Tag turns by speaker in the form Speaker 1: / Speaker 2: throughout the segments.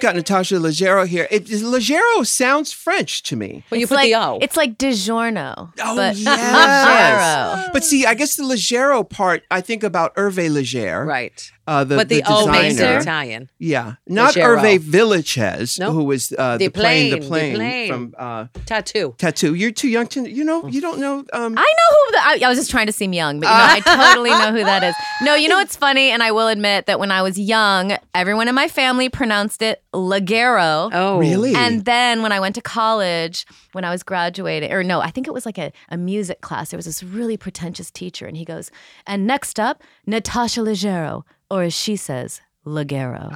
Speaker 1: got Natasha Leggero here. It, it- Leggero sounds French to me.
Speaker 2: Well, you
Speaker 3: It's
Speaker 2: put
Speaker 3: like,
Speaker 2: the O.
Speaker 3: It's like DiGiorno.
Speaker 1: Oh,
Speaker 3: but
Speaker 1: yes.
Speaker 3: Leggero.
Speaker 1: But see, I guess the Leggero part, I think about Hervé Leger,
Speaker 2: right.
Speaker 1: uh, the,
Speaker 2: but the, O makes it
Speaker 1: designer.
Speaker 2: Italian.
Speaker 1: Yeah, not
Speaker 2: Leggero.
Speaker 1: Hervé Villachez,
Speaker 2: Nope.
Speaker 1: who was uh,
Speaker 2: The
Speaker 1: the, plane,
Speaker 2: plane, the
Speaker 1: the plane,
Speaker 2: plane.
Speaker 1: from uh,
Speaker 2: Tattoo.
Speaker 1: Tattoo. You're too young to, you know, you don't know. Um,
Speaker 2: Ah,
Speaker 3: I know who the, I, I was just trying to seem young, but you know, I totally know who that is. No, you know what's funny, and I will admit that when I was young, everyone in my family pronounced it Leggero.
Speaker 2: Oh.
Speaker 1: really?
Speaker 3: And then when I went to college, when I was graduating, or no, I think it was like a, a music class, there was this really pretentious teacher, and he goes, And next up, Natasha Leggero, or as she says, Leggero.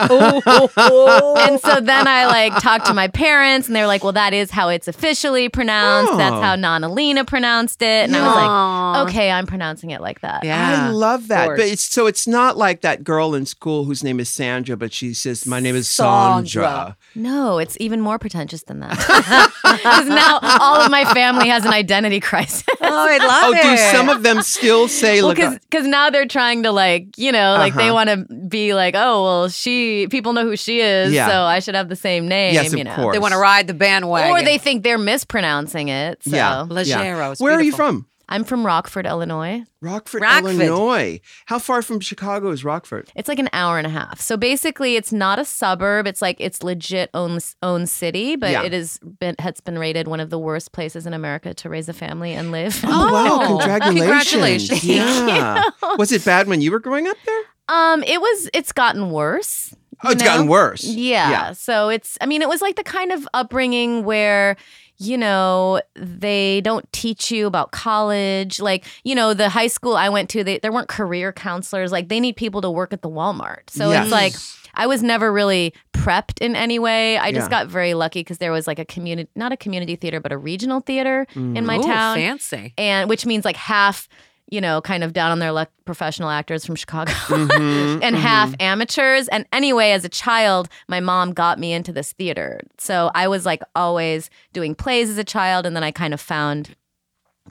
Speaker 3: and so then I like talked to my parents, and they were like, "Well, that is how it's officially pronounced. That's
Speaker 1: Oh.
Speaker 3: how Nana Lena pronounced it." And I was like, "Okay, I'm pronouncing it like that."
Speaker 2: Yeah.
Speaker 1: I love that.
Speaker 2: course.
Speaker 1: But it's so it's not like that girl in school whose name is Sandra, but she says, My name is Sandra.
Speaker 2: Sandra.
Speaker 3: No, it's even more pretentious than that. Because now all of my family has an identity crisis.
Speaker 2: Oh, I love
Speaker 1: Oh,
Speaker 2: it.
Speaker 1: do some of them still say
Speaker 3: Well,
Speaker 1: Lega-
Speaker 3: because now they're trying to like you know like
Speaker 1: Uh-huh.
Speaker 3: they want to be like oh well she people know who she is
Speaker 1: Yeah.
Speaker 3: so I should have the same name
Speaker 1: Yes, of
Speaker 3: you know
Speaker 1: course.
Speaker 2: they want to ride the bandwagon.
Speaker 3: or they think they're mispronouncing it so
Speaker 1: Yeah.
Speaker 2: Leggero. It's
Speaker 1: Where are you
Speaker 2: beautiful.
Speaker 1: from?
Speaker 3: I'm from Rockford Illinois
Speaker 1: Rockford,
Speaker 2: Rockford.
Speaker 1: Illinois. How far from Chicago is Rockford?
Speaker 3: It's like an hour and a half. So basically, it's not a suburb. It's like it's legit own own city, but
Speaker 1: Yeah.
Speaker 3: it has been has been rated one of the worst places in America to raise a family and live.
Speaker 1: Oh, wow,
Speaker 2: Oh,
Speaker 1: congratulations.
Speaker 2: congratulations.
Speaker 1: Yeah. Was it bad when you were growing up there?
Speaker 3: Um, it was it's gotten worse.
Speaker 1: Oh,
Speaker 3: you
Speaker 1: it's gotten
Speaker 3: know?
Speaker 1: worse.
Speaker 3: Yeah. So it's, I mean, it was like the kind of upbringing where, you know, they don't teach you about college. Like, you know, the high school I went to, they, there weren't career counselors. Like, they need people to work at the Walmart. So
Speaker 1: Yes.
Speaker 3: it's like, I was never really prepped in any way. I just
Speaker 1: Yeah.
Speaker 3: got very lucky because there was like a community, not a community theater, but a regional theater in my
Speaker 2: Ooh,
Speaker 3: town
Speaker 2: fancy.
Speaker 3: and which means like half you know kind of down on their luck professional actors from chicago
Speaker 1: Mm-hmm,
Speaker 3: and half amateurs and anyway as a child my mom got me into this theater so i was like always doing plays as a child and then i kind of found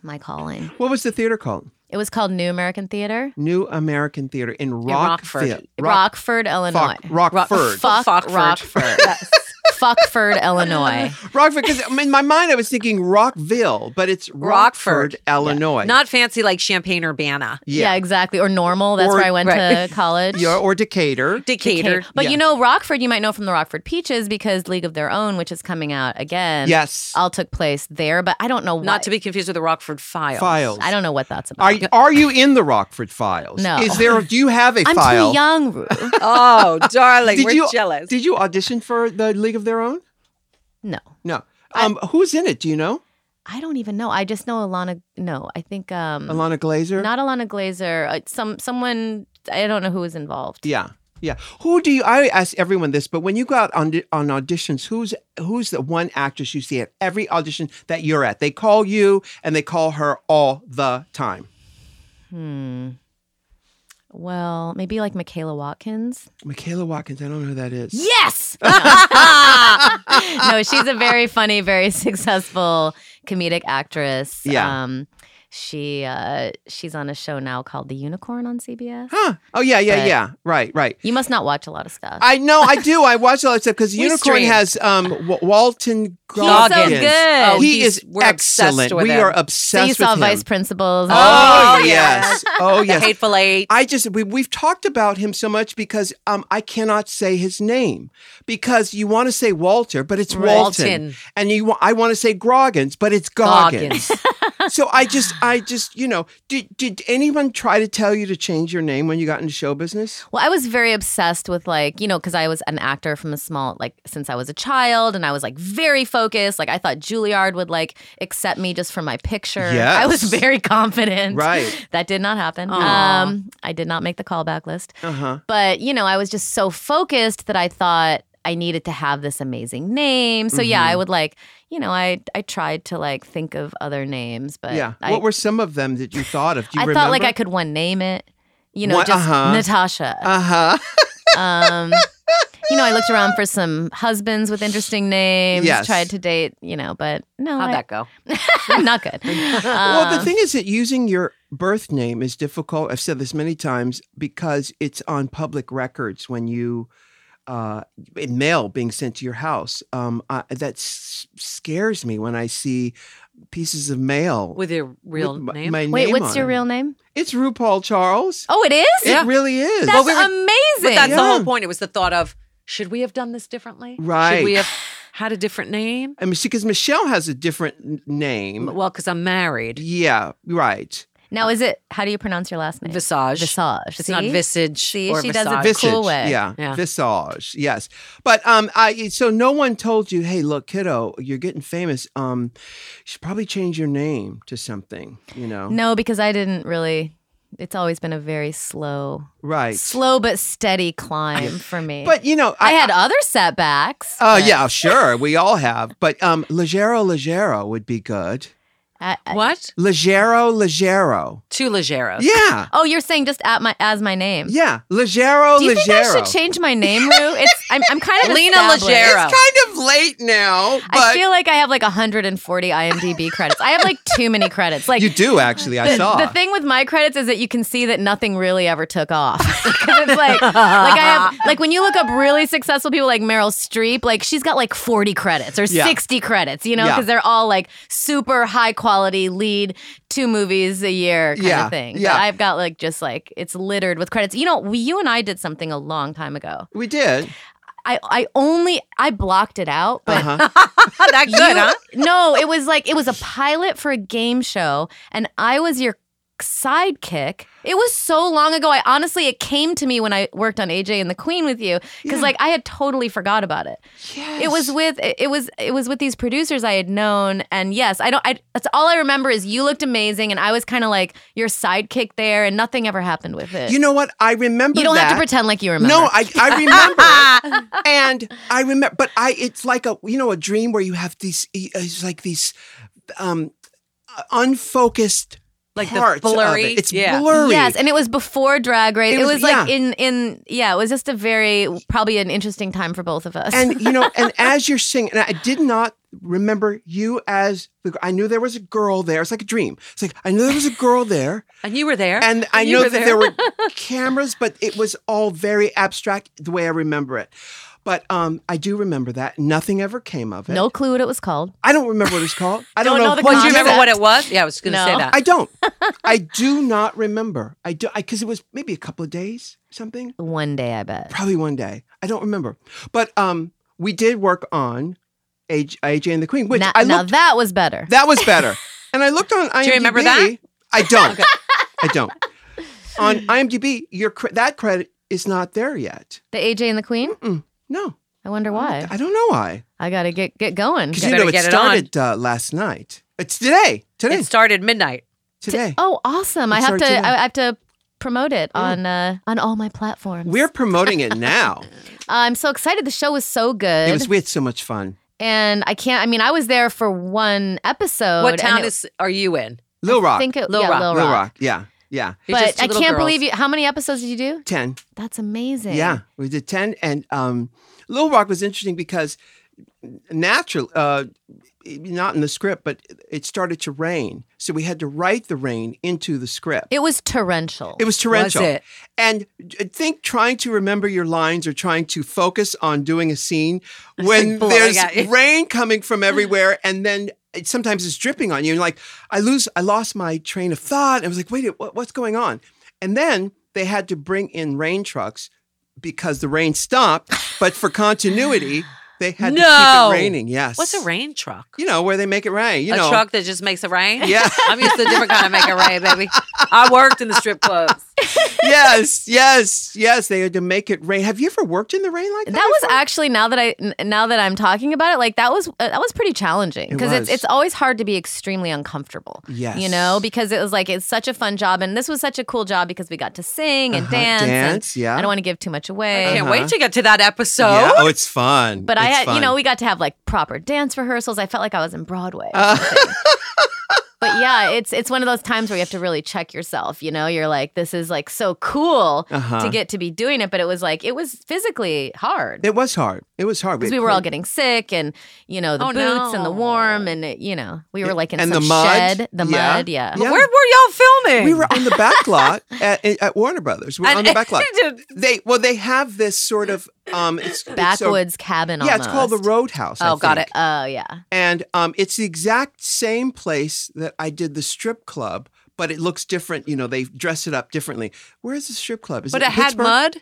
Speaker 3: my calling
Speaker 1: What was the theater called?
Speaker 3: it was called new american theater
Speaker 1: New American Theater in
Speaker 2: Rockford.
Speaker 1: Rockford.
Speaker 3: rockford illinois
Speaker 1: Rock, Rockford.
Speaker 3: fuck
Speaker 2: Rockford.
Speaker 3: rockford fuckford illinois
Speaker 1: Rockford, because in my mind I was thinking Rockville, but it's Rockford,
Speaker 2: Rockford.
Speaker 1: Illinois.
Speaker 2: Not fancy like Champagne Urbana.
Speaker 3: yeah, exactly or normal that's
Speaker 1: Or-
Speaker 3: where i went
Speaker 2: right.
Speaker 3: to college
Speaker 1: Yeah, or Decatur.
Speaker 2: Decatur.
Speaker 3: But
Speaker 1: Yeah.
Speaker 3: you know, Rockford, you might know from the Rockford Peaches because League of Their Own, which is coming out again.
Speaker 1: Yes.
Speaker 3: All took place there, but I don't know
Speaker 2: Not
Speaker 3: what-
Speaker 2: to be confused with the Rockford Files.
Speaker 1: Files.
Speaker 3: I don't know what that's about.
Speaker 1: Are are you in the Rockford files?
Speaker 3: No.
Speaker 1: Is there? Do you have a
Speaker 3: I'm
Speaker 1: file?
Speaker 3: too young. Ru.
Speaker 2: Oh, darling, we're
Speaker 1: you
Speaker 2: jealous.
Speaker 1: Did you audition for the League of Their Own?
Speaker 3: no,
Speaker 1: No. Um, who's in it? Do you know?
Speaker 3: I don't even know. I just know Alana. No, I think um,
Speaker 1: Alana Glazer.
Speaker 3: not Alana Glazer. Uh, some someone I don't know who was involved.
Speaker 1: yeah. Yeah. Who do you? I ask everyone this, but when you go out on di- on auditions, who's who's the one actress you see at every audition that you're at? They call you and they call her all the time.
Speaker 3: Hmm. Well, maybe like Michaela Watkins.
Speaker 1: Michaela Watkins. I don't know who that is.
Speaker 3: Yes. no, she's a very funny, very successful comedic actress.
Speaker 1: Yeah.
Speaker 3: Um, she uh, she's on a show now called The Unicorn on CBS.
Speaker 1: Huh. Oh yeah, yeah,
Speaker 3: But-
Speaker 1: yeah. Right, right.
Speaker 3: You must not watch a lot of stuff.
Speaker 1: I know, I do. I watch all that stuff because
Speaker 2: We
Speaker 1: Unicorn
Speaker 2: stream.
Speaker 1: has um, W- Walton
Speaker 3: so
Speaker 1: Goggins.
Speaker 3: good.
Speaker 2: Oh,
Speaker 1: he
Speaker 2: he's-
Speaker 1: is
Speaker 2: we're obsessed
Speaker 1: excellent.
Speaker 2: with
Speaker 1: We
Speaker 2: him.
Speaker 1: are
Speaker 3: so
Speaker 1: obsessed
Speaker 3: you saw
Speaker 1: with him.
Speaker 3: Vice Principals.
Speaker 1: Oh,
Speaker 2: Oh,
Speaker 1: yes. Oh
Speaker 2: The
Speaker 1: yes.
Speaker 2: Hateful Eight.
Speaker 1: I just we, we've talked about him so much because um, I cannot say his name because you want to say Walter, but it's Walton,
Speaker 2: Walton.
Speaker 1: and you wa- I want to say Groggins, but it's Goggins. so I just I just you know did did anyone try to tell you to change your name when you got into show business?
Speaker 3: Well, I was very obsessed with like, you know, because I was an actor from a small, like, since I was a child, and I was like very focused. Like, I thought Juilliard would like accept me just for my picture.
Speaker 1: Yes.
Speaker 3: I was very confident.
Speaker 1: Right.
Speaker 3: That did not happen. Um, I did not make the callback list.
Speaker 1: Uh huh.
Speaker 3: But, you know, I was just so focused that I thought I needed to have this amazing name. So, yeah, I
Speaker 1: Mm-hmm.
Speaker 3: would like, you know, I, I tried to like think of other names, but
Speaker 1: Yeah.
Speaker 3: I,
Speaker 1: what were some of them that you thought of? Do you
Speaker 3: I
Speaker 1: remember?
Speaker 3: thought like I could one name it. You know,
Speaker 1: What-
Speaker 3: just
Speaker 1: uh-huh.
Speaker 3: Natasha.
Speaker 1: Uh huh.
Speaker 3: Um, you know, I looked around for some husbands with interesting names.
Speaker 1: Yes.
Speaker 3: Tried to date, you know, but no,
Speaker 2: How'd
Speaker 3: I,
Speaker 2: that go?
Speaker 3: not good.
Speaker 1: well, the
Speaker 3: Um,
Speaker 1: thing is that using your birth name is difficult. I've said this many times because it's on public records when you uh, mail being sent to your house. Um, I, that s- scares me when I see pieces of mail
Speaker 2: with your real
Speaker 1: with my-
Speaker 2: name.
Speaker 1: my
Speaker 3: Wait,
Speaker 1: name
Speaker 3: what's
Speaker 1: on
Speaker 3: your
Speaker 1: it.
Speaker 3: real name?
Speaker 1: It's RuPaul Charles.
Speaker 3: Oh, it is.
Speaker 2: Yeah.
Speaker 1: It really is.
Speaker 3: That's
Speaker 2: we were- but
Speaker 3: amazing.
Speaker 2: that's the
Speaker 1: Yeah.
Speaker 2: whole point. It was the thought of should we have done this differently?
Speaker 1: Right.
Speaker 2: Should we have had a different name?
Speaker 1: I mean, because Michelle has a different n- name.
Speaker 2: Well, because I'm married.
Speaker 1: Yeah, right.
Speaker 3: now, is it? How do you pronounce your last name?
Speaker 2: Visage.
Speaker 3: Visage.
Speaker 2: It's not
Speaker 3: See?
Speaker 2: visage.
Speaker 3: See,
Speaker 2: or
Speaker 3: she does it
Speaker 2: visage.
Speaker 3: cool
Speaker 1: Visage,
Speaker 3: way.
Speaker 1: yeah,
Speaker 2: Yeah.
Speaker 1: visage, yes. But um, I so no one told you, hey, look, kiddo, you're getting famous. Um, you should probably change your name to something. You know,
Speaker 3: No, because I didn't really. It's always been a very slow,
Speaker 1: right?
Speaker 3: slow but steady climb for me.
Speaker 1: But you know,
Speaker 3: I, had other setbacks.
Speaker 1: Oh
Speaker 3: but
Speaker 1: yeah, sure, we all have. But um, Leggero Leggero would be good.
Speaker 3: I- I-
Speaker 2: What?
Speaker 1: Leggero Leggero.
Speaker 2: Two legeros.
Speaker 1: Yeah,
Speaker 3: oh, you're saying just at my as my name.
Speaker 1: yeah. Leggero
Speaker 3: Do you think I
Speaker 1: Leggero.
Speaker 3: should change my name, Lou? It's I'm, I'm kind of
Speaker 2: Lena
Speaker 3: established.
Speaker 2: Leggero.
Speaker 1: It's kind of late now, but
Speaker 3: I feel like I have like 140 IMDb credits. I have like too many credits. Like
Speaker 1: you do actually. I
Speaker 3: the,
Speaker 1: saw.
Speaker 3: the thing with my credits is that you can see that nothing really ever took off. 'Cause it's like, like I have, like when you look up really successful people like Meryl Streep, like she's got like 40 credits or
Speaker 1: Yeah.
Speaker 3: 60 credits, you know,
Speaker 1: Yeah.
Speaker 3: because they're all like super high quality lead two movies a year kind
Speaker 1: Yeah.
Speaker 3: of thing.
Speaker 1: Yeah.
Speaker 3: But I've got like just like it's littered with credits. You know, we, you and I did something a long time ago.
Speaker 1: we did.
Speaker 3: I, I only, I blocked it out, but
Speaker 1: Uh-huh.
Speaker 2: Oh, that good,
Speaker 3: you-
Speaker 2: huh?
Speaker 3: No, it was like it was a pilot for a game show, and I was your sidekick. It was so long ago. I honestly, it came to me when I worked on AJ and the Queen with you because
Speaker 1: Yeah.
Speaker 3: like I had totally forgot about it. It was with it it was it was with these producers I had known, and yes, I don't. I that's all I remember is you looked amazing, and I was kind of like your sidekick there, and nothing ever happened with it.
Speaker 1: You know what? I remember.
Speaker 3: You don't have to
Speaker 1: that.
Speaker 3: pretend like you remember.
Speaker 1: No, I, I remember it. and I remember, but I it's like a you know a dream where you have these e, uh, it's like these um unfocused
Speaker 2: Like the
Speaker 1: parts of
Speaker 2: blurry-
Speaker 1: it. It's
Speaker 2: yeah.
Speaker 1: blurry.
Speaker 3: Yes, and it was before Drag Race.
Speaker 1: It
Speaker 3: It
Speaker 1: was-
Speaker 3: was, like
Speaker 1: yeah.
Speaker 3: in in yeah, it was just a very probably an interesting time for both of us.
Speaker 1: and you know, and as you're singing, and I did not remember you as the. I knew there was a girl there. It's like a dream. It's like I knew there was a girl there,
Speaker 2: And you were there.
Speaker 1: and I
Speaker 2: You
Speaker 1: know
Speaker 2: were
Speaker 1: that there were cameras, but it was all very abstract the way I remember it. But um, I do remember that nothing ever came of it.
Speaker 3: no clue what it was called.
Speaker 1: I don't remember what it's called. I don't,
Speaker 3: Don't
Speaker 1: know.
Speaker 3: know the
Speaker 1: what
Speaker 2: Do you
Speaker 1: you
Speaker 2: remember
Speaker 1: said.
Speaker 2: what it was? Yeah, I was going to
Speaker 3: No.
Speaker 2: say that.
Speaker 1: I don't. I do not remember. I do because it was maybe a couple of days, something,
Speaker 3: One day, I bet.
Speaker 1: probably one day. I don't remember. But um, we did work on AJ, AJ and the Queen, which
Speaker 3: now,
Speaker 1: I
Speaker 3: now
Speaker 1: looked.
Speaker 3: that was better.
Speaker 1: that was better. and I looked on IMDb.
Speaker 2: you remember that?
Speaker 1: I don't. I don't. On IMDb, your cre- that credit is not there yet.
Speaker 3: The AJ and the Queen.
Speaker 1: No,
Speaker 3: I wonder why.
Speaker 1: I don't know why.
Speaker 3: I gotta get get going.
Speaker 1: Because you
Speaker 2: Better
Speaker 1: know it
Speaker 2: get it
Speaker 1: started uh, last night. It's today. Today.
Speaker 2: it started midnight.
Speaker 1: today.
Speaker 3: Oh, awesome! I
Speaker 1: It's
Speaker 3: have to.
Speaker 1: our
Speaker 3: I
Speaker 1: today.
Speaker 3: I have to promote it
Speaker 1: Mm.
Speaker 3: on uh, on all my platforms. Uh,
Speaker 1: We're promoting it now.
Speaker 3: I'm so excited. The show was so good,
Speaker 1: it was we had so much fun.
Speaker 3: and I can't. I mean, I was there for one episode.
Speaker 2: What
Speaker 3: Oh, and
Speaker 2: town
Speaker 3: it-
Speaker 2: is are you in?
Speaker 1: Little Rock.
Speaker 3: I think it,
Speaker 2: Little
Speaker 3: yeah,
Speaker 2: Rock.
Speaker 3: Little
Speaker 1: Little
Speaker 3: Rock.
Speaker 1: Rock. Yeah. Yeah.
Speaker 2: You're
Speaker 3: But
Speaker 2: just two
Speaker 3: I
Speaker 2: little
Speaker 3: can't
Speaker 2: girls.
Speaker 3: believe you. How many episodes did you do?
Speaker 1: 10.
Speaker 3: That's amazing.
Speaker 1: Yeah. We did 10. And um, Little Rock was interesting because natural, uh, not in the script, but it started to rain. So we had to write the rain into the script.
Speaker 3: It was torrential.
Speaker 1: It was torrential.
Speaker 2: Was it?
Speaker 1: And I think trying to remember your lines or trying to focus on doing a scene when
Speaker 2: like blowing
Speaker 1: there's
Speaker 2: at you.
Speaker 1: rain coming from everywhere and then it, sometimes it's dripping on you. And like, I lose, I lost my train of thought. I was like, wait, what, what's going on? And then they had to bring in rain trucks because the rain stopped. But for continuity, they had to
Speaker 2: No.
Speaker 1: keep it raining. Yes.
Speaker 2: What's a rain truck?
Speaker 1: You know, where they make it rain. You
Speaker 2: a
Speaker 1: know,
Speaker 2: truck that just makes a rain?
Speaker 1: Yeah.
Speaker 2: I'm used to a different kind of make a rain, baby. I worked in the strip clubs.
Speaker 1: yes, yes, yes. They had to make it rain. Have you ever worked in the rain like that?
Speaker 3: that was
Speaker 1: before?
Speaker 3: actually now that I n- now that I'm talking about it, like that was uh, that was pretty
Speaker 1: It
Speaker 3: challenging because
Speaker 1: was.
Speaker 3: it's it's always hard to be extremely uncomfortable.
Speaker 1: Yes.
Speaker 3: you know because it was like it's such a fun job, and this was such a cool job because we got to sing and
Speaker 1: Uh-huh,
Speaker 3: dance. and
Speaker 1: dance, yeah.
Speaker 3: I don't want to give too much
Speaker 2: I
Speaker 3: away.
Speaker 2: can't
Speaker 1: Uh-huh.
Speaker 2: wait to get to that episode.
Speaker 1: Yeah. Oh, it's fun.
Speaker 3: But I
Speaker 1: It's
Speaker 3: had, you
Speaker 1: fun.
Speaker 3: know, we got to have like proper dance rehearsals. I felt like I was in Broadway.
Speaker 1: Uh.
Speaker 3: or something. but yeah, it's it's one of those times where you have to really check yourself. You know, you're like, this is like so cool
Speaker 1: Uh-huh.
Speaker 3: to get to be doing it, but it was like it was physically hard
Speaker 1: it was hard. It was hard
Speaker 3: because we were all getting sick, and you know, the
Speaker 2: Oh,
Speaker 3: boots and the
Speaker 2: no.
Speaker 3: warm, and it, you know, we were like in
Speaker 1: And
Speaker 3: some
Speaker 1: the mud?
Speaker 3: shed, the
Speaker 1: Yeah.
Speaker 3: mud, yeah.
Speaker 1: Yeah.
Speaker 2: Where were y'all filming?
Speaker 1: We were on the back lot at, at Warner Brothers. We were on the back lot. They well, they have this sort of Um, it's it's a-
Speaker 3: Backwoods cabin.
Speaker 1: yeah, it's called the
Speaker 3: almost.
Speaker 1: Roadhouse. I
Speaker 2: Oh, got
Speaker 1: think.
Speaker 2: it.
Speaker 3: Oh yeah.
Speaker 1: And um, it's the exact same place that I did the strip club, but it looks different. You know, they dress it up differently. Where is the strip club? Is
Speaker 2: But
Speaker 1: it,
Speaker 2: it
Speaker 1: in
Speaker 2: had
Speaker 1: Pittsburgh?
Speaker 2: mud.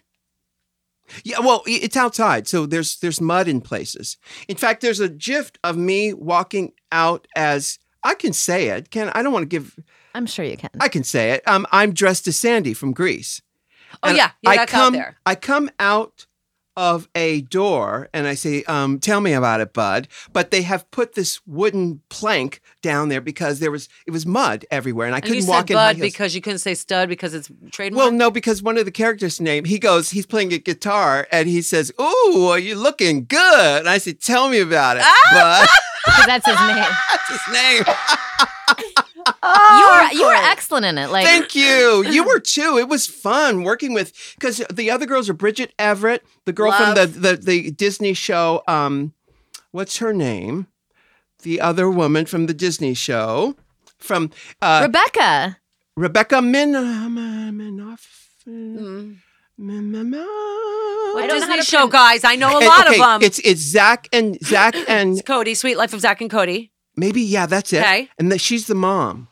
Speaker 1: Yeah, well, i- it's outside, so there's there's mud in places. In fact, there's a gif of me walking out as I can say it. Can I don't want to give.
Speaker 3: I'm sure you can.
Speaker 1: I can say it. Um, I'm dressed as Sandy from Greece.
Speaker 2: Oh
Speaker 1: And
Speaker 2: yeah, yeah,
Speaker 1: I
Speaker 2: that's
Speaker 1: come,
Speaker 2: out there.
Speaker 1: I come out of a door and I say, um, "Tell me about it, bud." But they have put this wooden plank down there because there was it was mud everywhere, and I
Speaker 2: And
Speaker 1: couldn't
Speaker 2: you
Speaker 1: walk
Speaker 2: said
Speaker 1: in. high
Speaker 2: bud
Speaker 1: heels.
Speaker 2: because you couldn't say stud because it's trademark.
Speaker 1: well, no, because one of the characters' name, he goes, he's playing a guitar, and he says, "Ooh, are you looking good?" And I said, "Tell me about it,
Speaker 2: Ah!
Speaker 1: bud."
Speaker 3: 'Cause that's his name.
Speaker 1: That's his name.
Speaker 3: you were you were excellent in it. Like
Speaker 1: Oh, Thank you. You were too. It was fun working with because the other girls are Bridget Everett, the girl from
Speaker 2: Love.
Speaker 1: the, the the Disney show. Um, what's her name? The other woman from the Disney show, from uh,
Speaker 3: Rebecca.
Speaker 1: Rebecca Min Minoff.
Speaker 2: Mm.
Speaker 1: I
Speaker 2: What Disney show guys? I know a
Speaker 1: And,
Speaker 2: lot
Speaker 1: okay,
Speaker 2: of them.
Speaker 1: It's it's Zach and Zach and
Speaker 2: It's Cody, Sweet Life of Zach and Cody.
Speaker 1: maybe yeah, that's it.
Speaker 2: Okay.
Speaker 1: And that she's the mom.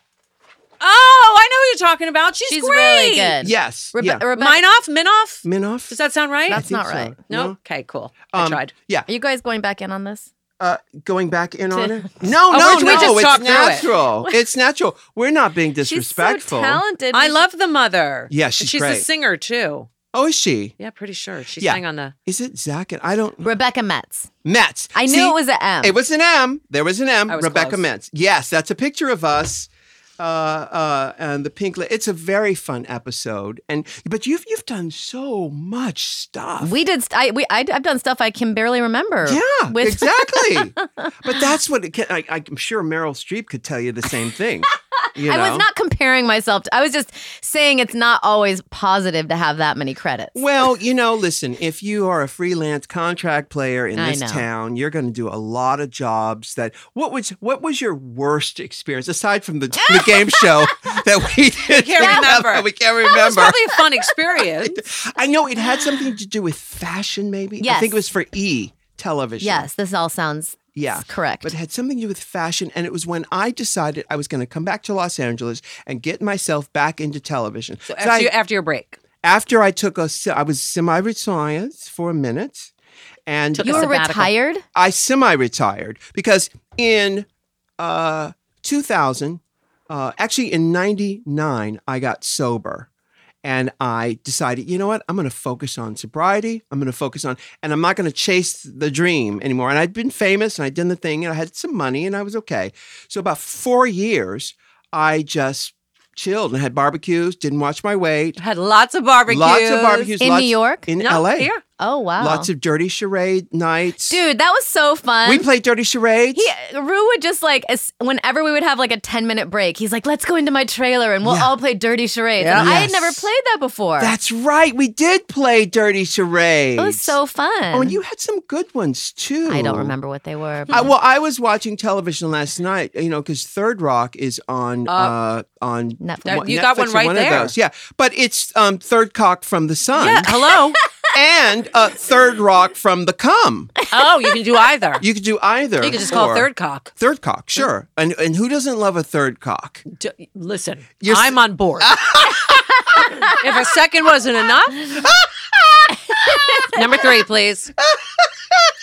Speaker 2: Oh, I know who you're talking about. She's,
Speaker 3: She's
Speaker 2: great.
Speaker 3: really good.
Speaker 1: Yes.
Speaker 3: Rebe-
Speaker 1: yeah.
Speaker 3: Rebecca.
Speaker 2: Mine off, min off.
Speaker 1: Minoff.
Speaker 2: Does that sound right?
Speaker 1: I
Speaker 3: That's
Speaker 1: think
Speaker 3: not
Speaker 1: so.
Speaker 3: right.
Speaker 2: no? Okay, cool. I
Speaker 1: Um,
Speaker 2: tried.
Speaker 1: Yeah.
Speaker 3: Are you guys going back in on this?
Speaker 1: Uh, going back in on
Speaker 3: To-
Speaker 1: it? No,
Speaker 2: Oh,
Speaker 1: no,
Speaker 2: we- we
Speaker 1: no.
Speaker 2: just
Speaker 1: it's
Speaker 2: talked through it.
Speaker 1: natural. It's natural. We're not being
Speaker 3: She's
Speaker 1: disrespectful.
Speaker 3: so talented.
Speaker 2: I love the mother.
Speaker 1: Yeah,
Speaker 2: And
Speaker 1: she's
Speaker 2: she's the
Speaker 1: great.
Speaker 2: singer too.
Speaker 1: oh, is she?
Speaker 2: Yeah, pretty sure. She
Speaker 1: Yeah.
Speaker 2: sang on the
Speaker 1: Is it Zach? And I don't.
Speaker 3: Rebecca Metz.
Speaker 1: Metz.
Speaker 3: I knew
Speaker 1: See,
Speaker 3: it was an M.
Speaker 1: It was an M. There was an M.
Speaker 2: I was
Speaker 1: Rebecca
Speaker 2: close.
Speaker 1: Metz. Yes, that's a picture of us. Uh, uh, and the pink. Li- it's a very fun episode, and but you've you've done so much stuff.
Speaker 3: we did. St- I we I, have done stuff I can barely remember.
Speaker 1: yeah,
Speaker 3: with-
Speaker 1: exactly. but that's what it can, I, I'm sure Meryl Streep could tell you the same thing. You
Speaker 3: I
Speaker 1: know?
Speaker 3: was not comparing myself. To, I was just saying it's not always positive to have that many credits.
Speaker 1: Well, you know, listen, if you are a freelance contract player in
Speaker 3: I
Speaker 1: this
Speaker 3: know.
Speaker 1: town, you're going to do a lot of jobs that what was what was your worst experience aside from the, the game show that we did?
Speaker 2: can't remember.
Speaker 1: We can't
Speaker 2: That was
Speaker 1: remember.
Speaker 2: probably a fun experience.
Speaker 1: I know it had something to do with fashion maybe. I
Speaker 3: Yes.
Speaker 1: think it was for E television.
Speaker 3: yes, this all sounds
Speaker 1: Yeah.
Speaker 3: correct.
Speaker 1: But it had something to do with fashion. And it was when I decided I was going to come back to Los Angeles and get myself back into television. So
Speaker 2: after,
Speaker 1: I-
Speaker 2: you- after your break.
Speaker 1: after I took a, se- I was semi-retired for a minute, and
Speaker 2: Took a
Speaker 3: you
Speaker 1: uh,
Speaker 3: were
Speaker 2: sabbatical.
Speaker 3: retired.
Speaker 1: I semi-retired because in uh, 2000, uh, actually in '99, I got sober, and I decided, you know what, I'm going to focus on sobriety. I'm going to focus on, and I'm not going to chase the dream anymore. And I'd been famous, and I'd done the thing, and I had some money, and I was okay. So about four years, I just chilled and had barbecues, didn't watch my weight.
Speaker 2: Had lots of barbecues.
Speaker 1: Lots of barbecues
Speaker 3: In
Speaker 1: lots-
Speaker 3: New York?
Speaker 1: in
Speaker 2: No,
Speaker 1: L.A.
Speaker 2: Here.
Speaker 3: Oh wow,
Speaker 1: Lots of dirty charade nights.
Speaker 3: dude. That was so fun.
Speaker 1: we played dirty charades.
Speaker 3: He, Rue would just like as- whenever we would have like a ten minute break, he's like, "Let's go into my trailer and we'll
Speaker 1: Yeah.
Speaker 3: all play dirty charades."
Speaker 2: Yeah.
Speaker 3: And I had
Speaker 1: Yes.
Speaker 3: never played that before.
Speaker 1: That's right. We did play dirty charades.
Speaker 3: it was so fun.
Speaker 1: Oh, and you had some good ones too.
Speaker 3: I don't remember what they were.
Speaker 1: I,
Speaker 3: but-
Speaker 1: well, I was watching television last night, you know, because Third Rock is on uh,
Speaker 2: Uh,
Speaker 1: on
Speaker 3: Netflix.
Speaker 1: one-
Speaker 2: you got
Speaker 1: Netflix
Speaker 2: one
Speaker 1: or
Speaker 2: right
Speaker 1: of
Speaker 2: there.
Speaker 1: those. Yeah, but it's um, Third Cock from the Sun
Speaker 2: Yeah. Hello.
Speaker 1: and uh, Third Rock from the Cum.
Speaker 2: oh, you can do either. You,
Speaker 1: You could do either.
Speaker 2: can just call
Speaker 1: or-
Speaker 2: third cock.
Speaker 1: Third cock, sure. And and who doesn't love a third cock?
Speaker 2: D- listen,
Speaker 1: You're s-
Speaker 2: I'm on board. if a second wasn't enough, number three, please.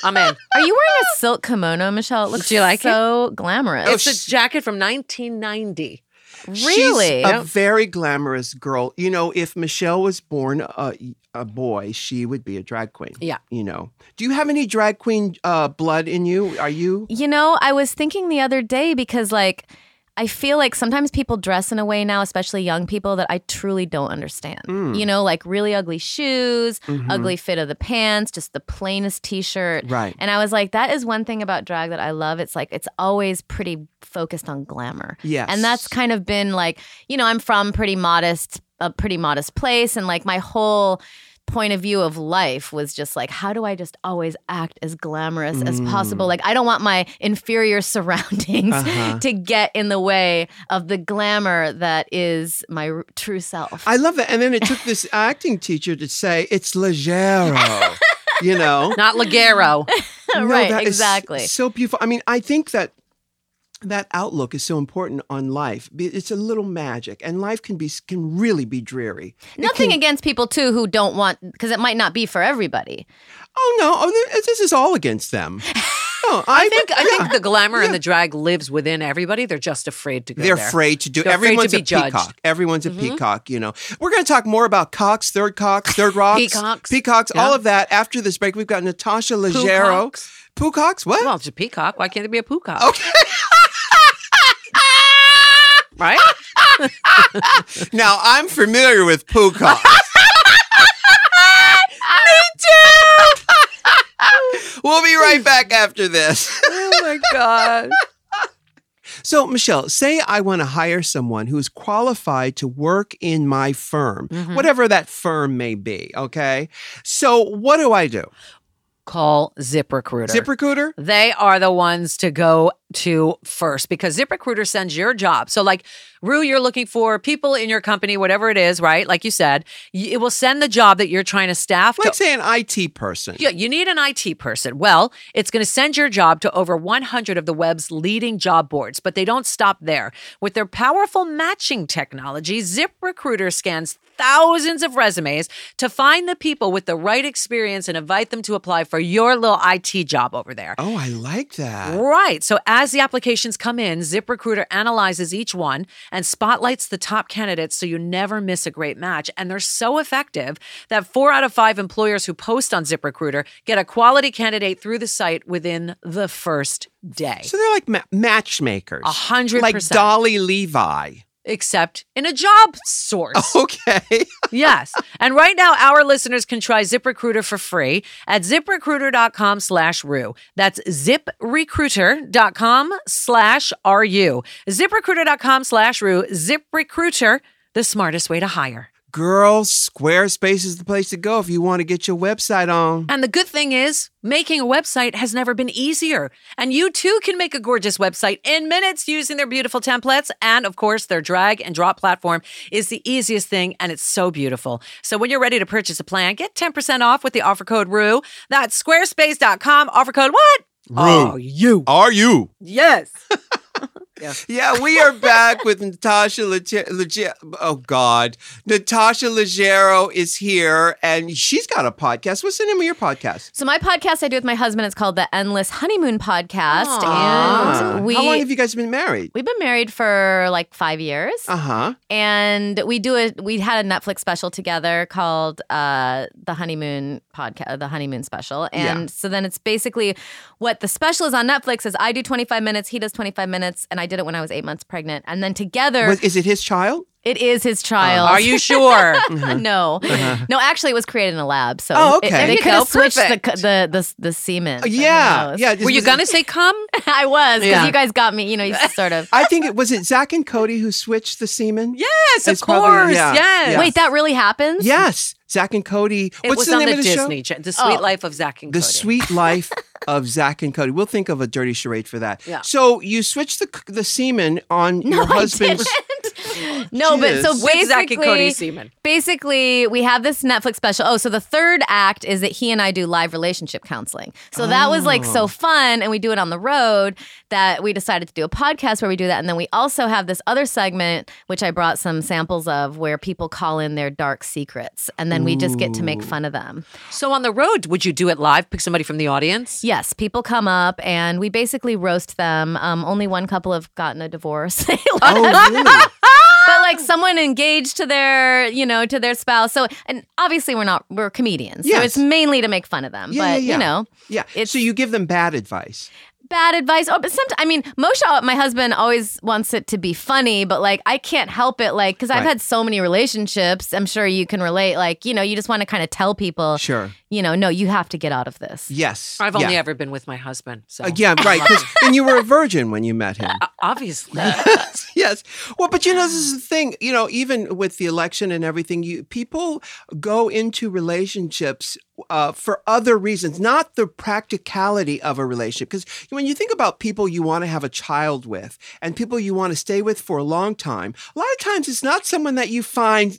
Speaker 2: I'm in.
Speaker 3: Are you wearing a silk kimono, Michelle? It looks
Speaker 2: Do you like
Speaker 3: so glamorous.
Speaker 2: It's
Speaker 1: sh-
Speaker 2: a jacket from 1990.
Speaker 3: really?
Speaker 1: She's a very glamorous girl. You know, if Michelle was born a, a boy, she would be a drag queen.
Speaker 2: Yeah.
Speaker 1: You know, do you have any drag queen uh, blood in you? Are you?
Speaker 3: You know, I was thinking the other day because, like, I feel like sometimes people dress in a way now, especially young people, that I truly don't understand.
Speaker 1: Hmm.
Speaker 3: You know, like really ugly shoes,
Speaker 1: Mm-hmm.
Speaker 3: ugly fit of the pants, just the plainest t shirt.
Speaker 1: Right.
Speaker 3: And I was like, that is one thing about drag that I love. It's like, it's always pretty focused on glamour.
Speaker 1: Yes.
Speaker 3: And that's kind of been like, you know, I'm from pretty modest, a pretty modest place. And like my whole point of view of life was just like, how do I just always act as glamorous as possible? Like, I don't want my inferior
Speaker 1: Mm.
Speaker 3: surroundings
Speaker 1: Uh-huh.
Speaker 3: to get in the way of the glamour that is my r- true self.
Speaker 1: I love that. And then it took this acting teacher to say it's leggero. you know?
Speaker 2: Not Ligero.
Speaker 1: No,
Speaker 3: right,
Speaker 1: that is
Speaker 3: exactly.
Speaker 1: so beautiful. I mean, I think that that outlook is so important on life. Be- It's a little magic, and life can be can really be dreary. It
Speaker 3: Nothing
Speaker 1: can-
Speaker 3: against people too who don't want because it might not be for everybody.
Speaker 1: oh no! Oh, th- this is all against them. No, I,
Speaker 2: I think I
Speaker 1: yeah.
Speaker 2: think the glamour and the drag lives within everybody. They're just afraid to go
Speaker 1: They're
Speaker 2: there.
Speaker 1: afraid to do.
Speaker 2: They're afraid to
Speaker 1: everyone's
Speaker 2: be
Speaker 1: a
Speaker 2: judged. Mm-hmm.
Speaker 1: peacock. Everyone's a peacock. You know. We're going to talk more about cocks, third cocks, third rocks,
Speaker 2: Peacocks.
Speaker 1: peacocks,
Speaker 2: Yeah.
Speaker 1: all of that after this break. We've got Natasha Leggero.
Speaker 2: Peacocks.
Speaker 1: Peacocks? What?
Speaker 2: Well, it's a peacock. Why can't it be a peacock? Okay. right?
Speaker 1: Now I'm familiar with peacocks. We'll be right back after this.
Speaker 2: Oh my god.
Speaker 1: So, Michelle, say I want to hire someone who's qualified to work in my firm,
Speaker 2: Mm-hmm.
Speaker 1: whatever that firm may be. Okay. So, what do I do?
Speaker 2: Call ZipRecruiter.
Speaker 1: ZipRecruiter?
Speaker 2: they are the ones to go to first because ZipRecruiter sends your job. So, like, Rue, you're looking for people in your company, whatever it is, right? Like you said, y- it will send the job that you're trying to staff to
Speaker 1: Like, say, an IT person.
Speaker 2: Yeah, you need an IT person. Well, it's going to send your job to over 100 of the web's leading job boards, but they don't stop there. With their powerful matching technology, ZipRecruiter scans thousands of resumes to find the people with the right experience and invite them to apply for your little IT job over there.
Speaker 1: Oh, I like that.
Speaker 2: Right. So as the applications come in, ZipRecruiter analyzes each one and spotlights the top candidates so you never miss a great match. And they're so effective that four out of five employers who post on ZipRecruiter get a quality candidate through the site within the first day.
Speaker 1: So, they're like ma- matchmakers.
Speaker 2: A hundred
Speaker 1: Like
Speaker 2: percent.
Speaker 1: Dolly Levi.
Speaker 2: Except in a job source.
Speaker 1: Okay.
Speaker 2: yes. And right now, our listeners can try ZipRecruiter for free at ziprecruiter.com slash RU. That's ziprecruiter.com slash RU. ZipRecruiter.com slash RU. ZipRecruiter, the smartest way to hire.
Speaker 1: Girls, Squarespace is the place to go if you want to get your website on.
Speaker 2: And the good thing is, making a website has never been easier. And you too can make a gorgeous website in minutes using their beautiful templates. And of course, their drag and drop platform is the easiest thing, and it's so beautiful. So when you're ready to purchase a plan, get 10% off with the offer code RUE. That's squarespace.com. Offer code what? Oh, you.
Speaker 1: Are you?
Speaker 2: Yes.
Speaker 1: Yeah, we are back with Natasha Lege- Lege- Oh God, Natasha Leggero is here, and she's got a podcast. What's the name of your podcast?
Speaker 3: So my podcast I do with my husband it's called the Endless Honeymoon Podcast, and we
Speaker 1: How long have you guys been married?
Speaker 3: we've been married for like five years,
Speaker 1: Uh huh.
Speaker 3: and we do a we had a Netflix special together called uh, the Honeymoon Podcast, the Honeymoon Special, and
Speaker 1: Yeah.
Speaker 3: so then it's basically what the special is on Netflix is I do twenty five minutes, he does twenty five minutes, and I did it when I was eight months pregnant, and then together
Speaker 1: Is it his child?
Speaker 3: it is his child.
Speaker 2: Uh-huh. Are you sure? Mm-hmm. Uh-huh.
Speaker 3: no, no. Actually, it was created in a lab, so
Speaker 1: Oh,
Speaker 3: it-
Speaker 1: okay.
Speaker 3: they
Speaker 1: There
Speaker 2: you
Speaker 3: could have
Speaker 2: go.
Speaker 3: switched the,
Speaker 2: Perfect. Oh,
Speaker 3: co- the the the semen. so who
Speaker 1: yeah,
Speaker 3: knows?
Speaker 1: yeah.
Speaker 2: Were you
Speaker 1: Was it-
Speaker 2: going to say come?
Speaker 3: I was because
Speaker 2: Yeah.
Speaker 3: you guys got me. You know, you sort of.
Speaker 1: I think it was it Zach and Cody who switched the semen. Yeah.
Speaker 2: Yes,
Speaker 1: It's probably- yeah, yeah.
Speaker 3: Wait, that really happens?
Speaker 1: Yes, Zach and Cody.
Speaker 2: It
Speaker 1: What's
Speaker 2: was
Speaker 1: the
Speaker 2: on
Speaker 1: name
Speaker 2: the
Speaker 1: of the
Speaker 2: Disney
Speaker 1: show?
Speaker 2: Channel, The Sweet
Speaker 3: Oh.
Speaker 2: Life of Zach and
Speaker 1: The
Speaker 2: Cody.
Speaker 1: Sweet Life of Zach and Cody. We'll think of a dirty charade for that.
Speaker 2: Yeah.
Speaker 1: So you switched the c- the semen on
Speaker 3: No,
Speaker 1: your
Speaker 3: I
Speaker 1: husband's.
Speaker 3: didn't. No, but so
Speaker 1: Jeez.
Speaker 2: With Zach and Cody
Speaker 3: basically,
Speaker 2: Seaman.
Speaker 3: basically, we have this Netflix special. Oh, so the third act is that he and I do live relationship counseling. So that was like so fun, and we do it on the road that we decided to do a podcast where we do that, and then we also have this other segment which I brought some samples of where people call in their dark secrets, and then we just get to make fun of them.
Speaker 2: So on the road, would you do it live? Pick somebody from the audience?
Speaker 3: Yes, people come up and we basically roast them. Um, only one couple have gotten a divorce.
Speaker 1: Oh, really?
Speaker 3: but
Speaker 1: Oh!
Speaker 3: like someone engaged to their you know to their spouse so and obviously we're not we're comedians so
Speaker 1: Yes.
Speaker 3: it's mainly to make fun of them
Speaker 1: Yeah,
Speaker 3: but
Speaker 1: yeah, yeah.
Speaker 3: you know
Speaker 1: Yeah.
Speaker 3: It's-
Speaker 1: so you give them bad advice.
Speaker 3: bad advice oh but sometimes i mean moshe my husband always wants it to be funny but like i can't help it like because i've
Speaker 1: Right.
Speaker 3: had so many relationships i'm sure you can relate like you know you just want to kind of tell people
Speaker 1: Sure.
Speaker 3: you know no you have to get out of this
Speaker 1: Yes.
Speaker 2: I've only
Speaker 1: yeah.
Speaker 2: ever been with my husband. So
Speaker 1: Uh, yeah, right. 'cause- and you were a virgin when you met him.
Speaker 2: obviously.
Speaker 1: yes. Well, but you know, this is the thing. You know, even with the election and everything, you people go into relationships uh, for other reasons, not the practicality of a relationship. Because when you think about people you want to have a child with and people you want to stay with for a long time, a lot of times it's not someone that you find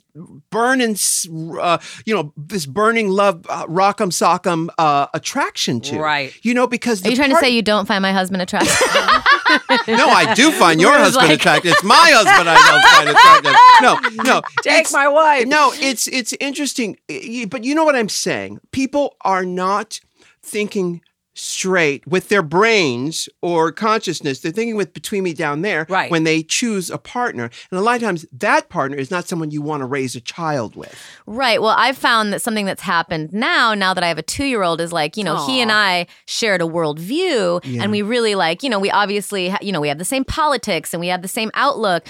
Speaker 1: burning, s- uh, you know, this burning love uh, rock'em sock'em uh, attraction to.
Speaker 2: Right.
Speaker 1: You know, because
Speaker 3: Are you
Speaker 1: the
Speaker 3: trying to
Speaker 1: part-
Speaker 3: say you don't find my husband attractive?
Speaker 1: No, I do find your
Speaker 2: Whereas,
Speaker 1: husband
Speaker 2: like-
Speaker 1: attractive. It's my husband I don't find attractive. No, no.
Speaker 2: Take
Speaker 1: it's-
Speaker 2: my wife.
Speaker 1: No, it's it's interesting, Y- but you know what I'm saying. People are not thinking straight with their brains or consciousness. They're thinking with between me down there
Speaker 2: Right.
Speaker 1: when they choose a partner, and a lot of times that partner is not someone you want to raise a child with.
Speaker 3: right. Well, I've found that something that's happened now, now that I have a two year old, is like, you know, he and I shared a worldview and we really like, you know, we obviously, ha- you know, we have the same politics and we have the same outlook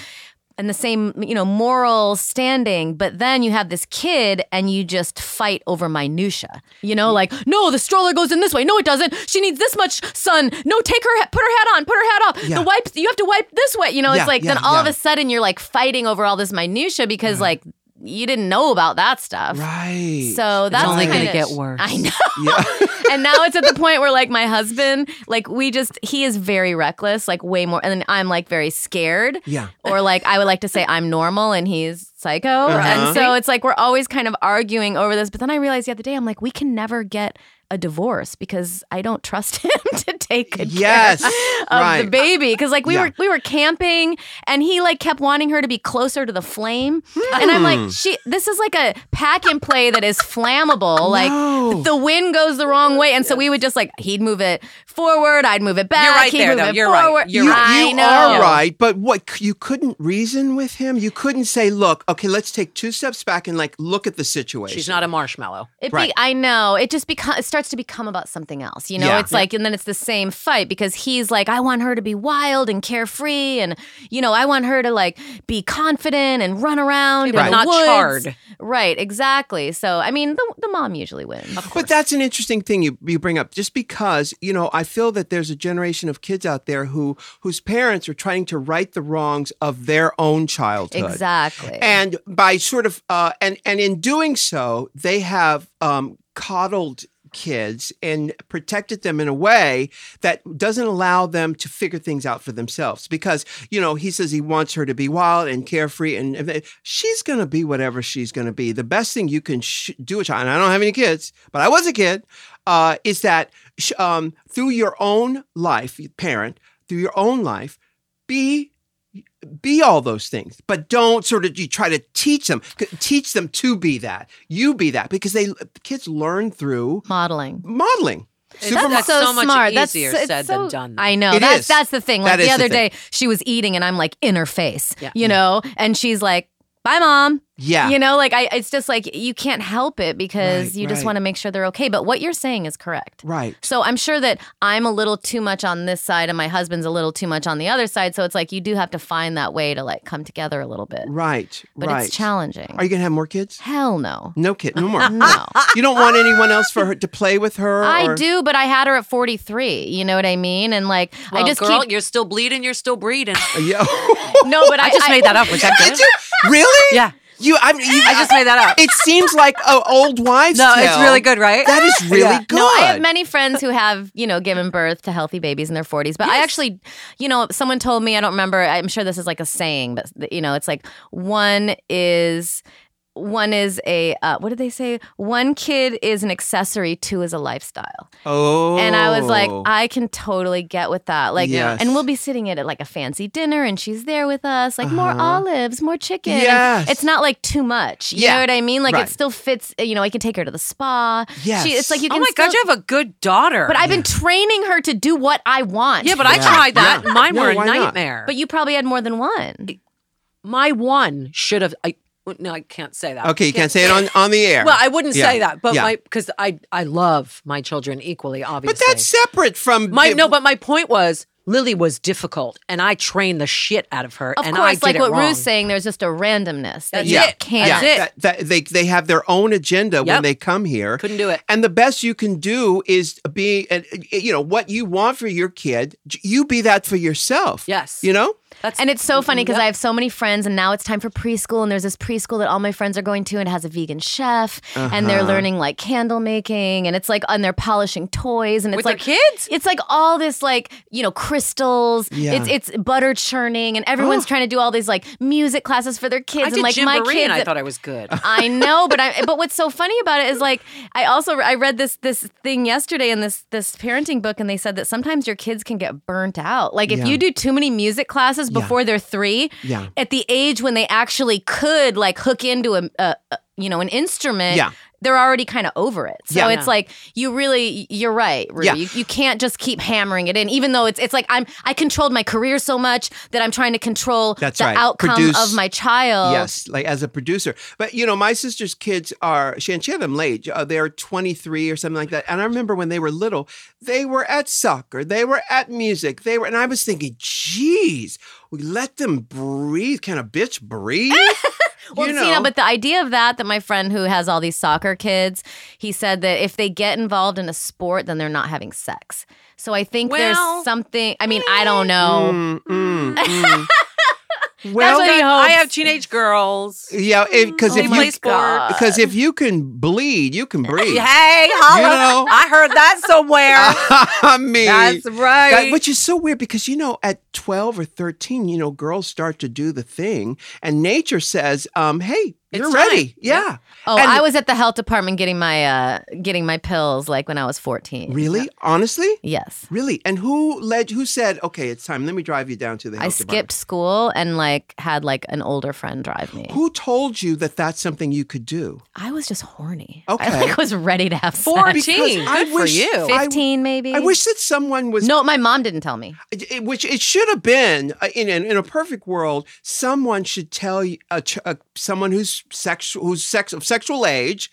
Speaker 3: and the same, you know, moral standing. But then you have this kid and you just fight over minutia. You know, like, no, the stroller goes in this way. No, it doesn't. She needs this much sun. No, take her, ha- put her hat on, put her hat off.
Speaker 1: Yeah.
Speaker 3: The wipes, you have to wipe this way. You know,
Speaker 1: Yeah,
Speaker 3: it's like,
Speaker 1: yeah,
Speaker 3: then all of
Speaker 1: yeah.
Speaker 3: a sudden you're like fighting over all this minutia because like you didn't know about that stuff.
Speaker 1: Right.
Speaker 3: So that's
Speaker 2: only gonna
Speaker 3: kind of,
Speaker 2: get worse.
Speaker 3: I know.
Speaker 1: yeah.
Speaker 3: and now it's at the point where like my husband, like we just he is very reckless, like way more, and then I'm like very scared.
Speaker 1: Yeah.
Speaker 3: Or like I would like to say I'm normal and he's psycho,
Speaker 1: Uh-huh.
Speaker 3: and so it's like we're always kind of arguing over this. But then I realized the other day I'm like we can never get a divorce because I don't trust him to take good care
Speaker 1: Yes.
Speaker 3: of
Speaker 1: right.
Speaker 3: the baby because like we
Speaker 1: Yeah.
Speaker 3: were we were camping and he like kept wanting her to be closer to the flame and i'm
Speaker 2: Hmm.
Speaker 3: like she this is like a pack and play that is flammable like
Speaker 1: No.
Speaker 3: the wind goes the wrong way and so we would just like he'd move it forward i'd move it back
Speaker 2: right
Speaker 3: he'd
Speaker 2: there,
Speaker 3: move
Speaker 2: though.
Speaker 3: it
Speaker 2: You're right.
Speaker 3: forward.
Speaker 2: You're
Speaker 1: you,
Speaker 2: right.
Speaker 3: I
Speaker 1: you
Speaker 3: know.
Speaker 1: are right, but what c- you couldn't reason with him. You couldn't say, "Look, okay, let's take two steps back and like look at the situation."
Speaker 2: She's not a marshmallow.
Speaker 3: It be,
Speaker 1: Right.
Speaker 3: I know. It just becomes. It starts to become about something else. You know.
Speaker 1: Yeah.
Speaker 3: It's like, and then it's the same fight because he's like, I want her to be wild and carefree, and you know, I want her to like be confident and run around,
Speaker 2: but
Speaker 3: in the
Speaker 2: not
Speaker 3: woods.
Speaker 2: charred.
Speaker 3: Right. Exactly. So, I mean, the, the mom usually wins.
Speaker 1: But that's an interesting thing you, you bring up, just because you know I feel that there's a generation of kids out there who whose parents are trying to right the wrongs of their own childhood,
Speaker 3: Exactly.
Speaker 1: and by sort of uh, and and in doing so, they have um, coddled kids and protected them in a way that doesn't allow them to figure things out for themselves because you know he says he wants her to be wild and carefree and and she's going to be whatever she's going to be the best thing you can sh- do a child and i don't have any kids but i was a kid uh, is that sh- um, through your own life parent through your own life be be all those things, but don't sort of you try to teach them, c- teach them to be that. You be that because they kids learn through
Speaker 3: Modeling.
Speaker 1: modeling.
Speaker 2: That's
Speaker 1: Supermo-
Speaker 2: so much
Speaker 3: smart.
Speaker 2: easier
Speaker 3: That's, it's
Speaker 2: said
Speaker 3: so,
Speaker 2: than done, though.
Speaker 3: I know.
Speaker 1: It
Speaker 3: that's
Speaker 1: is.
Speaker 3: that's the thing.
Speaker 1: That
Speaker 3: Like
Speaker 1: is
Speaker 3: the
Speaker 1: the
Speaker 3: other
Speaker 1: thing.
Speaker 3: day, she was eating, and I'm like in her face.
Speaker 2: Yeah.
Speaker 3: You know, and she's like, "Bye, mom."
Speaker 1: yeah,
Speaker 3: You know, like I, it's just like you can't help it because
Speaker 1: Right,
Speaker 3: you just
Speaker 1: right.
Speaker 3: want to make sure they're okay. But what you're saying is correct.
Speaker 1: right.
Speaker 3: So I'm sure that I'm a little too much on this side and my husband's a little too much on the other side. So it's like you do have to find that way to like come together a little bit.
Speaker 1: Right,
Speaker 3: But
Speaker 1: right.
Speaker 3: it's challenging.
Speaker 1: Are you gonna have more kids?
Speaker 3: Hell no.
Speaker 1: No kid, no more.
Speaker 3: No.
Speaker 1: You don't want anyone else for her to play with her.
Speaker 3: I
Speaker 1: or-
Speaker 3: do, but I had her at 43. You know what I mean? And like,
Speaker 2: Well,
Speaker 3: I just
Speaker 2: girl,
Speaker 3: keep.
Speaker 2: you're still bleeding. You're still breeding.
Speaker 1: Yeah.
Speaker 3: No, but I,
Speaker 2: I just made that up, which I did.
Speaker 1: really?
Speaker 2: Yeah.
Speaker 1: You, I, mean, you,
Speaker 2: I just made that up.
Speaker 1: It seems like an old wives'
Speaker 2: No, it's
Speaker 1: tale.
Speaker 2: really good, right?
Speaker 1: That is really
Speaker 2: Yeah.
Speaker 1: good.
Speaker 3: No, I have many friends who have, you know, given birth to healthy babies in their 40s. But I actually, you know, someone told me, I don't remember, I'm sure this is like a saying, but, you know, it's like one is. One is a uh, what did they say? One kid is an accessory, two is a lifestyle.
Speaker 1: oh,
Speaker 3: And I was like, I can totally get with that. Like,
Speaker 1: Yes.
Speaker 3: and we'll be sitting at like a fancy dinner, and she's there with us, like more
Speaker 1: Uh-huh.
Speaker 3: olives, more chicken. And
Speaker 1: Yes.
Speaker 3: it's not like too much. You
Speaker 1: Yeah.
Speaker 3: know what I mean? Like
Speaker 1: Right.
Speaker 3: it still fits. You know, I can take her to the spa.
Speaker 1: Yes.
Speaker 3: She, it's like you
Speaker 2: Oh
Speaker 3: can.
Speaker 2: my
Speaker 3: still,
Speaker 2: God, you have a good daughter.
Speaker 3: but I've been training her to do what I want.
Speaker 2: yeah, but I
Speaker 1: Yeah,
Speaker 2: tried that.
Speaker 1: yeah.
Speaker 2: Mine
Speaker 1: No,
Speaker 2: were a
Speaker 1: why not?
Speaker 2: nightmare.
Speaker 3: But you probably had more than one.
Speaker 2: my one should have. I no, I can't say that.
Speaker 1: okay, you can't say it on on the air.
Speaker 2: Well, I wouldn't
Speaker 1: Yeah.
Speaker 2: say that, but
Speaker 1: Yeah.
Speaker 2: my because I I love my children equally, obviously.
Speaker 1: But that's separate from
Speaker 2: my no. But my point was Lily was difficult, and I trained the shit out of her.
Speaker 3: Of
Speaker 2: and I
Speaker 3: course,
Speaker 2: did
Speaker 3: like
Speaker 2: it
Speaker 3: what
Speaker 2: wrong.
Speaker 3: Rue's saying, there's just a randomness that
Speaker 2: That's
Speaker 3: you
Speaker 2: it.
Speaker 3: can't.
Speaker 2: That's it.
Speaker 1: That, that- they they have their own agenda
Speaker 2: Yep.
Speaker 1: when they come here.
Speaker 2: Couldn't do it.
Speaker 1: And the best you can do is be, and, you know, what you want for your kid. j- You be that for yourself.
Speaker 2: Yes.
Speaker 1: You know.
Speaker 2: That's
Speaker 3: And it's so funny
Speaker 2: Mm-hmm.
Speaker 3: because I have so many friends, and now it's time for preschool, and there's this preschool that all my friends are going to, and it has a vegan chef, and
Speaker 2: Uh-huh.
Speaker 3: they're learning like candle making, and it's like, and they're polishing toys, and it's
Speaker 2: With their
Speaker 3: like
Speaker 2: kids?
Speaker 3: It's like all this like you know crystals.
Speaker 1: Yeah.
Speaker 3: It's it's butter churning, and everyone's trying to do all these like music classes for their kids.
Speaker 2: Oh. I
Speaker 3: and
Speaker 2: did
Speaker 3: like my
Speaker 2: Jamboree
Speaker 3: kids,
Speaker 2: and I thought I was good.
Speaker 3: I know, but I but what's so funny about it is like I also I read this this thing yesterday in this this parenting book and they said that sometimes your kids can get burnt out. Like if
Speaker 1: Yeah.
Speaker 3: you do too many music classes before they're 3,
Speaker 1: Yeah.
Speaker 3: at the age when they actually could like hook into a, a, a- you know an instrument,
Speaker 1: Yeah.
Speaker 3: they're already kind of over it. So
Speaker 1: Yeah.
Speaker 3: it's like you really you're right, Rue.
Speaker 1: Yeah.
Speaker 3: You, you can't just keep hammering it in even though it's it's like I'm I controlled my career so much that I'm trying to control
Speaker 1: That's
Speaker 3: the
Speaker 1: right.
Speaker 3: outcome
Speaker 1: Produce-
Speaker 3: of my child.
Speaker 1: Yes, like as a producer. But you know, my sister's kids are Shanchevam Lage. Uh, they're 23 or something like that. And I remember when they were little, they were at soccer, they were at music, they were, and I was thinking, geez, we let them breathe. Can a bitch breathe?
Speaker 3: Well,
Speaker 1: you
Speaker 3: see,
Speaker 1: know,
Speaker 3: now, but the idea of that, that my friend who has all these soccer kids, he said that if they get involved in a sport, then they're not having sex. So I think
Speaker 2: Well-
Speaker 3: there's something, I mean, I don't know.
Speaker 1: Mm, mm, mm. well,
Speaker 3: what he
Speaker 2: Hmm. I
Speaker 3: hopes. Oh
Speaker 2: have teenage girls.
Speaker 1: yeah, because
Speaker 2: They
Speaker 1: if
Speaker 2: play
Speaker 1: you
Speaker 2: sports.
Speaker 1: because if you can bleed, you can breathe.
Speaker 2: Hey, holla.
Speaker 1: know?
Speaker 2: I heard that somewhere.
Speaker 1: I mean,
Speaker 2: That's right.
Speaker 1: That- which is so weird because you know at 12 or 13 you know girls start to do the thing and nature says um hey you're
Speaker 2: time.
Speaker 1: ready
Speaker 2: Yeah.
Speaker 1: yeah
Speaker 3: Oh,
Speaker 1: And-
Speaker 3: I was at the health department getting my uh getting my pills like when I was 14.
Speaker 1: really honestly
Speaker 3: Yes.
Speaker 1: really and who led who said okay it's time let me drive you down to the
Speaker 3: I
Speaker 1: health
Speaker 3: skipped
Speaker 1: department."
Speaker 3: school and like had like an older friend drive me.
Speaker 1: who told you that that's something you could do
Speaker 3: I was just horny.
Speaker 1: Okay.
Speaker 3: I like was ready to have sex.
Speaker 2: 14.
Speaker 1: I
Speaker 2: Good for
Speaker 1: wish-
Speaker 2: you.
Speaker 1: I-
Speaker 3: 15 maybe.
Speaker 1: i wish that someone was
Speaker 3: No, my mom didn't tell me.
Speaker 1: it- it- which it should have been uh, in in, in a perfect world someone should tell you a, ch- a, someone who's sexual who's sex of sexual age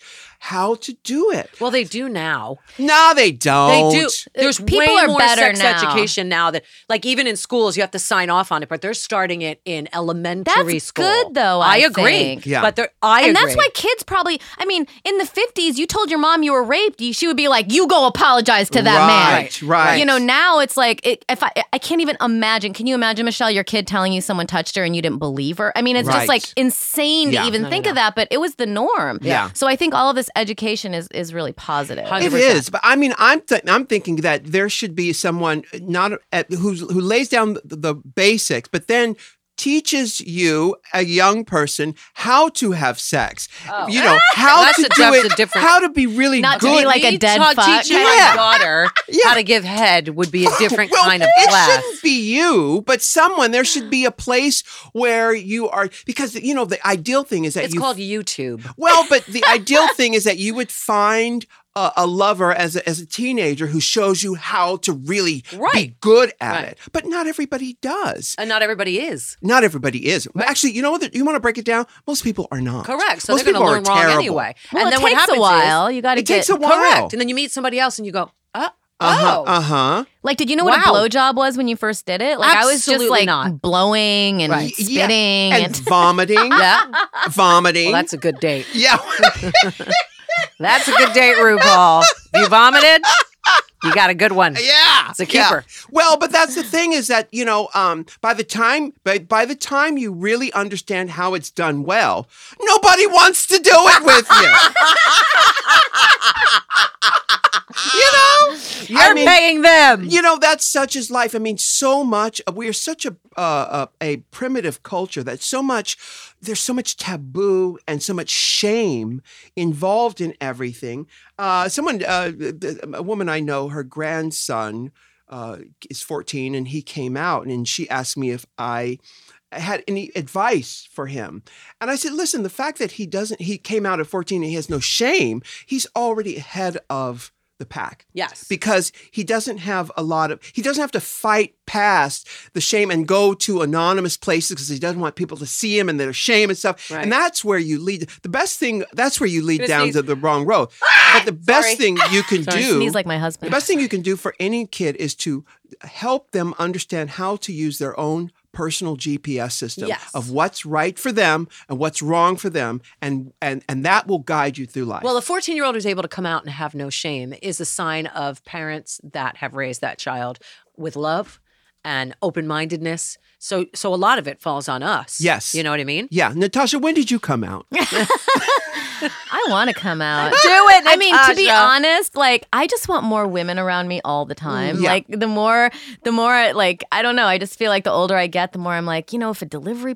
Speaker 1: how to do it
Speaker 2: well, they do now.
Speaker 1: no they
Speaker 2: They
Speaker 1: don't
Speaker 2: do. There's
Speaker 3: People
Speaker 2: Oh, way
Speaker 3: are
Speaker 2: more
Speaker 3: better
Speaker 2: sex
Speaker 3: now.
Speaker 2: education now that, like, even in schools, you have to sign off on it, but they're starting it in elementary
Speaker 3: That's
Speaker 2: school.
Speaker 3: good, though, I
Speaker 2: agree.
Speaker 3: think.
Speaker 1: Yeah.
Speaker 2: But they're, I
Speaker 3: and
Speaker 2: agree.
Speaker 3: that's why kids probably i mean in the 50s you told your mom you were raped you- she would be like you go apologize to that
Speaker 1: Right,
Speaker 3: man
Speaker 1: right.
Speaker 3: you know now it's like it, if i i can't even imagine can you imagine michelle your kid telling you someone touched her and you didn't believe her i mean it's
Speaker 1: Right.
Speaker 3: just like insane
Speaker 1: Yeah.
Speaker 3: to even
Speaker 2: No, no,
Speaker 3: think of
Speaker 2: no.
Speaker 3: that but it was the norm
Speaker 1: Yeah.
Speaker 3: so i think all of this education is is really positive
Speaker 2: Hundred-
Speaker 1: It
Speaker 2: 100%.
Speaker 1: is, but I mean, I'm th- I'm thinking that there should be someone uh, not at, who's who lays down the, the basics, but then teaches you a young person how to have sex. You know how
Speaker 2: Oh. That's
Speaker 1: to
Speaker 2: a-
Speaker 1: do
Speaker 2: that's a
Speaker 1: it,
Speaker 2: different-
Speaker 1: how to be really
Speaker 3: Not to
Speaker 1: good.
Speaker 3: be like a
Speaker 2: Me
Speaker 3: dead
Speaker 2: taught-
Speaker 3: fuck.
Speaker 2: Teaching
Speaker 1: Yeah.
Speaker 2: my daughter
Speaker 1: Yeah.
Speaker 2: how to give head would be a different
Speaker 1: well,
Speaker 2: kind of
Speaker 1: it
Speaker 2: class.
Speaker 1: shouldn't be you, but someone. There should be a place where you are, because you know the ideal thing is that
Speaker 2: It's
Speaker 1: you
Speaker 2: called YouTube.
Speaker 1: Well, but the ideal thing is that you would find a, a lover as a, as a teenager who shows you how to really be
Speaker 2: Right.
Speaker 1: good at
Speaker 2: Right.
Speaker 1: it. But not everybody does.
Speaker 2: And not everybody is.
Speaker 1: Not everybody is. Actually, you know what? You want to break it down? Most people are not.
Speaker 2: Correct. So
Speaker 1: Most
Speaker 2: they're going
Speaker 1: people
Speaker 2: to
Speaker 1: are
Speaker 2: learn wrong
Speaker 1: terrible.
Speaker 2: anyway.
Speaker 3: well,
Speaker 2: and then
Speaker 3: it
Speaker 2: what
Speaker 3: takes
Speaker 2: happens
Speaker 3: a while you got to
Speaker 1: It
Speaker 3: get
Speaker 1: takes a while.
Speaker 2: Correct. And then you meet somebody else and you go, uh,
Speaker 1: Uh-huh,
Speaker 2: oh.
Speaker 1: uh-huh.
Speaker 3: like did you know what
Speaker 2: Wow.
Speaker 3: a blowjob was when you first did it like i was just
Speaker 2: Absolutely
Speaker 3: like
Speaker 2: not.
Speaker 3: blowing and
Speaker 1: Right. Yeah.
Speaker 3: spitting
Speaker 1: And vomiting.
Speaker 2: Yeah.
Speaker 1: Vomiting.
Speaker 2: Well, that's a good date.
Speaker 1: yeah.
Speaker 2: That's a good date, RuPaul. You vomited? You got a good one.
Speaker 1: yeah.
Speaker 2: It's a
Speaker 1: Yeah.
Speaker 2: keeper.
Speaker 1: Well, but that's the thing is that you know, um, by the time by, by the time you really understand how it's done well, nobody wants to do it with you. you know,
Speaker 2: You're paying them.
Speaker 1: Um, you know that's such is life. I mean, so much we are such a uh, uh, a primitive culture that so much there's so much taboo and so much shame involved in everything. Uh, someone, uh, th- th- a woman I know, her grandson uh, is 14, and he came out, and she asked me if I had any advice for him. And I said, listen, the fact that he doesn't, he came out at 14 and he has no shame, he's already ahead of the pack
Speaker 2: yes.
Speaker 1: because he doesn't have a lot of he doesn't have to fight past the shame and go to anonymous places because he doesn't want people to see him and their shame and stuff
Speaker 2: Right.
Speaker 1: and that's where you lead the best thing that's where you lead
Speaker 2: Gonna
Speaker 1: down
Speaker 2: sneeze.
Speaker 1: to the wrong road but the best
Speaker 2: Sorry.
Speaker 1: thing you can
Speaker 3: Sorry,
Speaker 1: do
Speaker 3: sneeze like my
Speaker 1: the
Speaker 3: husband
Speaker 1: best thing you can do for any kid is to help them understand how to use their own personal GPS system
Speaker 2: Yes.
Speaker 1: of what's right for them and what's wrong for them and and and that will guide you through life
Speaker 2: Well, a 14 year old who's able to come out and have no shame is a sign of parents that have raised that child with love and open mindedness. So, so a lot of it falls on us.
Speaker 1: Yes.
Speaker 2: You know what I mean?
Speaker 1: yeah natasha when did you come out
Speaker 3: I want to come out.
Speaker 2: Do it.
Speaker 3: I mean, to be
Speaker 2: Natasha.
Speaker 3: honest, like I just want more women around me all the time.
Speaker 1: Yeah.
Speaker 3: Like the more, the more, like I don't know. I just feel like the older I get, the more I'm like, you know, if a delivery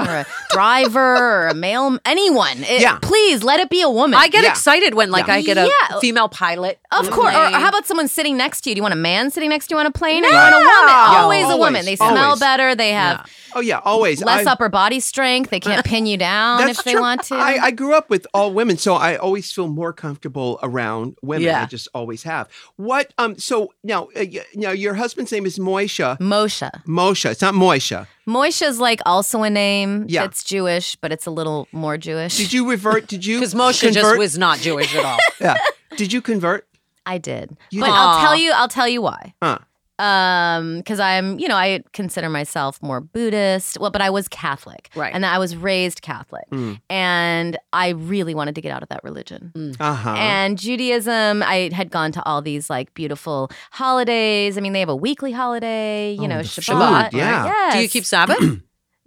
Speaker 3: or a driver or a mail, anyone, it-
Speaker 1: Yeah.
Speaker 3: please let it be a woman.
Speaker 2: I get
Speaker 1: Yeah.
Speaker 2: excited when like
Speaker 1: Yeah.
Speaker 2: I get a
Speaker 3: Yeah.
Speaker 2: female pilot. on
Speaker 3: Of
Speaker 2: a
Speaker 3: course. Or, or
Speaker 2: plane.
Speaker 3: how about someone sitting next to you? Do you want a man sitting next to you on a plane? Or do you want a woman?
Speaker 1: Yeah,
Speaker 3: always, a
Speaker 1: always,
Speaker 3: woman. They smell
Speaker 1: always.
Speaker 3: better. They have
Speaker 1: Oh yeah, always
Speaker 3: less
Speaker 1: I-
Speaker 3: upper body strength. They can't pin you down if they
Speaker 1: true.
Speaker 3: want to.
Speaker 1: I, I grew up with all women, so I always feel more comfortable around women.
Speaker 2: Yeah.
Speaker 1: I just always have. What? Um. So now, uh, y- now your husband's name is Moisha.
Speaker 3: Moshe.
Speaker 1: Moshe. It's not Moisha.
Speaker 3: Moisha's like also a name
Speaker 1: Yeah.
Speaker 3: that's Jewish, but it's a little more Jewish.
Speaker 1: Did you revert? Did you?
Speaker 2: Because Moshe just
Speaker 1: convert?
Speaker 2: was not Jewish at all.
Speaker 1: Yeah. Did you convert? Uh,
Speaker 3: I did.
Speaker 1: You
Speaker 3: but
Speaker 1: did.
Speaker 3: I'll
Speaker 2: Aw.
Speaker 3: tell you I'll tell you why.
Speaker 1: Huh.
Speaker 3: Um cuz I'm, you know, I consider myself more Buddhist. Well, but I was Catholic.
Speaker 2: Right.
Speaker 3: And I was raised Catholic.
Speaker 1: Mm.
Speaker 3: And I really wanted to get out of that religion.
Speaker 2: Mm.
Speaker 1: Uh huh.
Speaker 3: And Judaism, I had gone to all these like beautiful holidays. I mean, they have a weekly holiday, you
Speaker 1: Oh,
Speaker 3: know,
Speaker 1: the
Speaker 3: Shabbat.
Speaker 1: Shabbat, yeah.
Speaker 3: Yes.
Speaker 2: Do you keep Sabbath?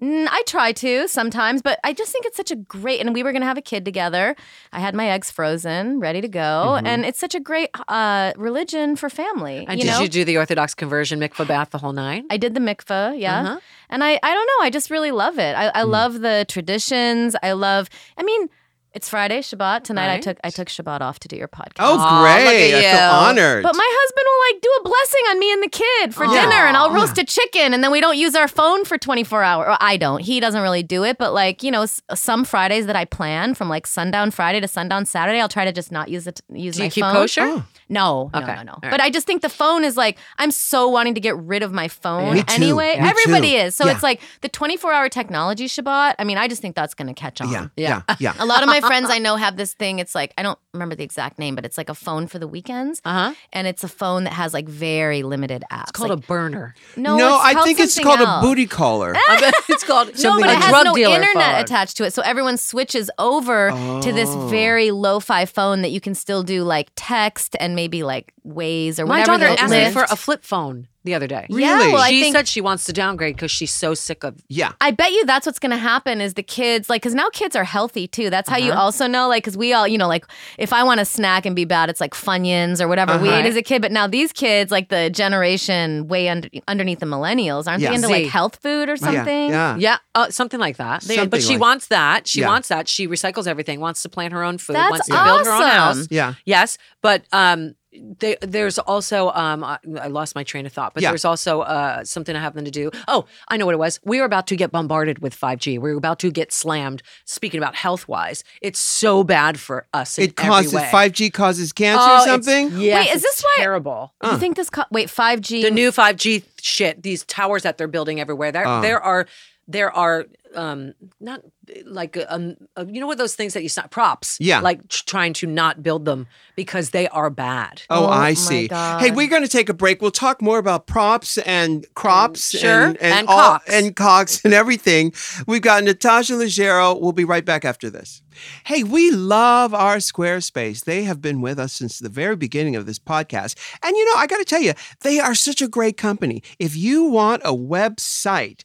Speaker 3: Mm, I try to sometimes, but I just think it's such a great. And we were going to have a kid together. I had my eggs frozen, ready to go,
Speaker 2: Mm-hmm.
Speaker 3: and it's such a great uh, religion for family.
Speaker 2: and
Speaker 3: you
Speaker 2: Uh, did
Speaker 3: know?
Speaker 2: you do the Orthodox conversion mikvah bath the whole nine?
Speaker 3: I did the mikveh, yeah.
Speaker 2: Uh-huh. Mm.
Speaker 3: And I, I don't know, I just really love it. I, I love the traditions. I love. I mean, it's Friday, Shabbat tonight. I
Speaker 2: Right.
Speaker 3: took I took Shabbat off to do your podcast.
Speaker 1: oh,
Speaker 2: Aw, look at
Speaker 1: great! I feel
Speaker 2: you.
Speaker 1: honored.
Speaker 3: But my husband will like do a blessing on me and the kid for
Speaker 2: Aw.
Speaker 3: dinner, and I'll
Speaker 1: Yeah.
Speaker 3: roast a chicken, and then we don't use our phone for 24 hours. Or I don't. He doesn't really do it, but like you know, s- some Fridays that I plan from like sundown Friday to sundown Saturday, I'll try to just not use it. Use
Speaker 2: Do
Speaker 3: my
Speaker 2: you keep
Speaker 3: phone.
Speaker 2: kosher?
Speaker 1: Oh.
Speaker 3: No, no,
Speaker 2: Okay.
Speaker 3: no, no.
Speaker 2: All right.
Speaker 3: But I just think the phone is like I'm so wanting to get rid of my phone
Speaker 1: Me too.
Speaker 3: anyway.
Speaker 1: Me
Speaker 3: Everybody
Speaker 1: too.
Speaker 3: is. So
Speaker 1: Yeah.
Speaker 3: it's like the 24 hour technology Shabbat. I mean, I just think that's going to catch
Speaker 2: Oh,
Speaker 3: on.
Speaker 1: yeah, yeah, yeah.
Speaker 3: A lot of my friends I know have this thing. It's like I don't remember the exact name, but it's like a phone for the weekends
Speaker 2: Uh huh.
Speaker 3: and it's a phone that has like very limited apps.
Speaker 2: It's called
Speaker 3: like,
Speaker 2: a burner.
Speaker 3: Uh-huh. a no. it's
Speaker 1: I
Speaker 3: called
Speaker 1: think it's
Speaker 3: something
Speaker 1: called
Speaker 3: else.
Speaker 1: a booty
Speaker 2: Eh,
Speaker 1: caller.
Speaker 2: it's called
Speaker 3: No,
Speaker 1: something
Speaker 3: but
Speaker 1: like
Speaker 3: it
Speaker 1: a
Speaker 3: has
Speaker 2: drug
Speaker 3: no
Speaker 2: dealer
Speaker 3: internet
Speaker 2: phone.
Speaker 3: attached to it, so everyone switches over to this
Speaker 1: Oh.
Speaker 3: very lo-fi phone that you can still do like text and maybe like Waze or
Speaker 2: My
Speaker 3: whatever.
Speaker 2: daughter
Speaker 3: the
Speaker 2: asked me
Speaker 3: lift.
Speaker 2: for a flip phone the other day.
Speaker 3: yeah.
Speaker 1: Really?
Speaker 3: Well, I
Speaker 2: she
Speaker 3: think
Speaker 2: said she wants to downgrade because she's so sick of.
Speaker 1: yeah.
Speaker 3: I bet you that's what's going to happen is the kids like because now kids are healthy too. That's how
Speaker 1: Uh-huh.
Speaker 3: you also know like because we all you know like if I want to snack and be bad, it's like Funyuns or whatever we
Speaker 1: Uh-huh.
Speaker 3: ate as a kid. But now these kids like the generation way under, underneath the millennials aren't
Speaker 1: Yeah.
Speaker 3: they into
Speaker 2: Z.
Speaker 3: like health food or
Speaker 1: Yeah,
Speaker 3: something?
Speaker 1: Yeah.
Speaker 2: Yeah, uh, something like that.
Speaker 1: Something
Speaker 2: but she
Speaker 1: like-
Speaker 2: wants that. She
Speaker 1: Yeah.
Speaker 2: wants that. She recycles everything. Wants to plant her own food.
Speaker 3: That's
Speaker 2: wants to build her own house.
Speaker 3: awesome.
Speaker 1: Yeah.
Speaker 2: Yes, but um, they, there's also um, I, I lost my train of thought, but
Speaker 1: Yeah.
Speaker 2: there's also uh, something I happened to do. Oh, I know what it was. We were about to get bombarded with 5G. We were about to get slammed. Speaking about health wise, it's so bad for us. In
Speaker 1: It causes
Speaker 2: every way.
Speaker 1: five G causes cancer
Speaker 2: Oh,
Speaker 1: or
Speaker 2: it's-
Speaker 1: something.
Speaker 2: Yes,
Speaker 3: Wait,
Speaker 2: it's
Speaker 3: is this why-
Speaker 2: terrible?
Speaker 3: You think this? Co- wait, five G.
Speaker 2: The new 5G shit. These towers that they're building everywhere. There,
Speaker 1: Uh.
Speaker 2: there are. There are um not like um uh, you know what those things that you saw props
Speaker 1: Yeah.
Speaker 2: like tr- trying to not build them because they are bad
Speaker 1: Oh,
Speaker 3: Oh, my
Speaker 1: I see. Hey,
Speaker 3: God.
Speaker 1: we're going to take a break. We'll talk more about props and crops
Speaker 3: Mm,
Speaker 2: Sure.
Speaker 1: and,
Speaker 2: And
Speaker 1: all,
Speaker 2: cocks.
Speaker 1: and cocks and everything. We've got Natasha Leggero. We'll be right back after this. Hey, we love our Squarespace. They have been with us since the very beginning of this podcast. And you know, I got to tell you, they are such a great company. If you want a website,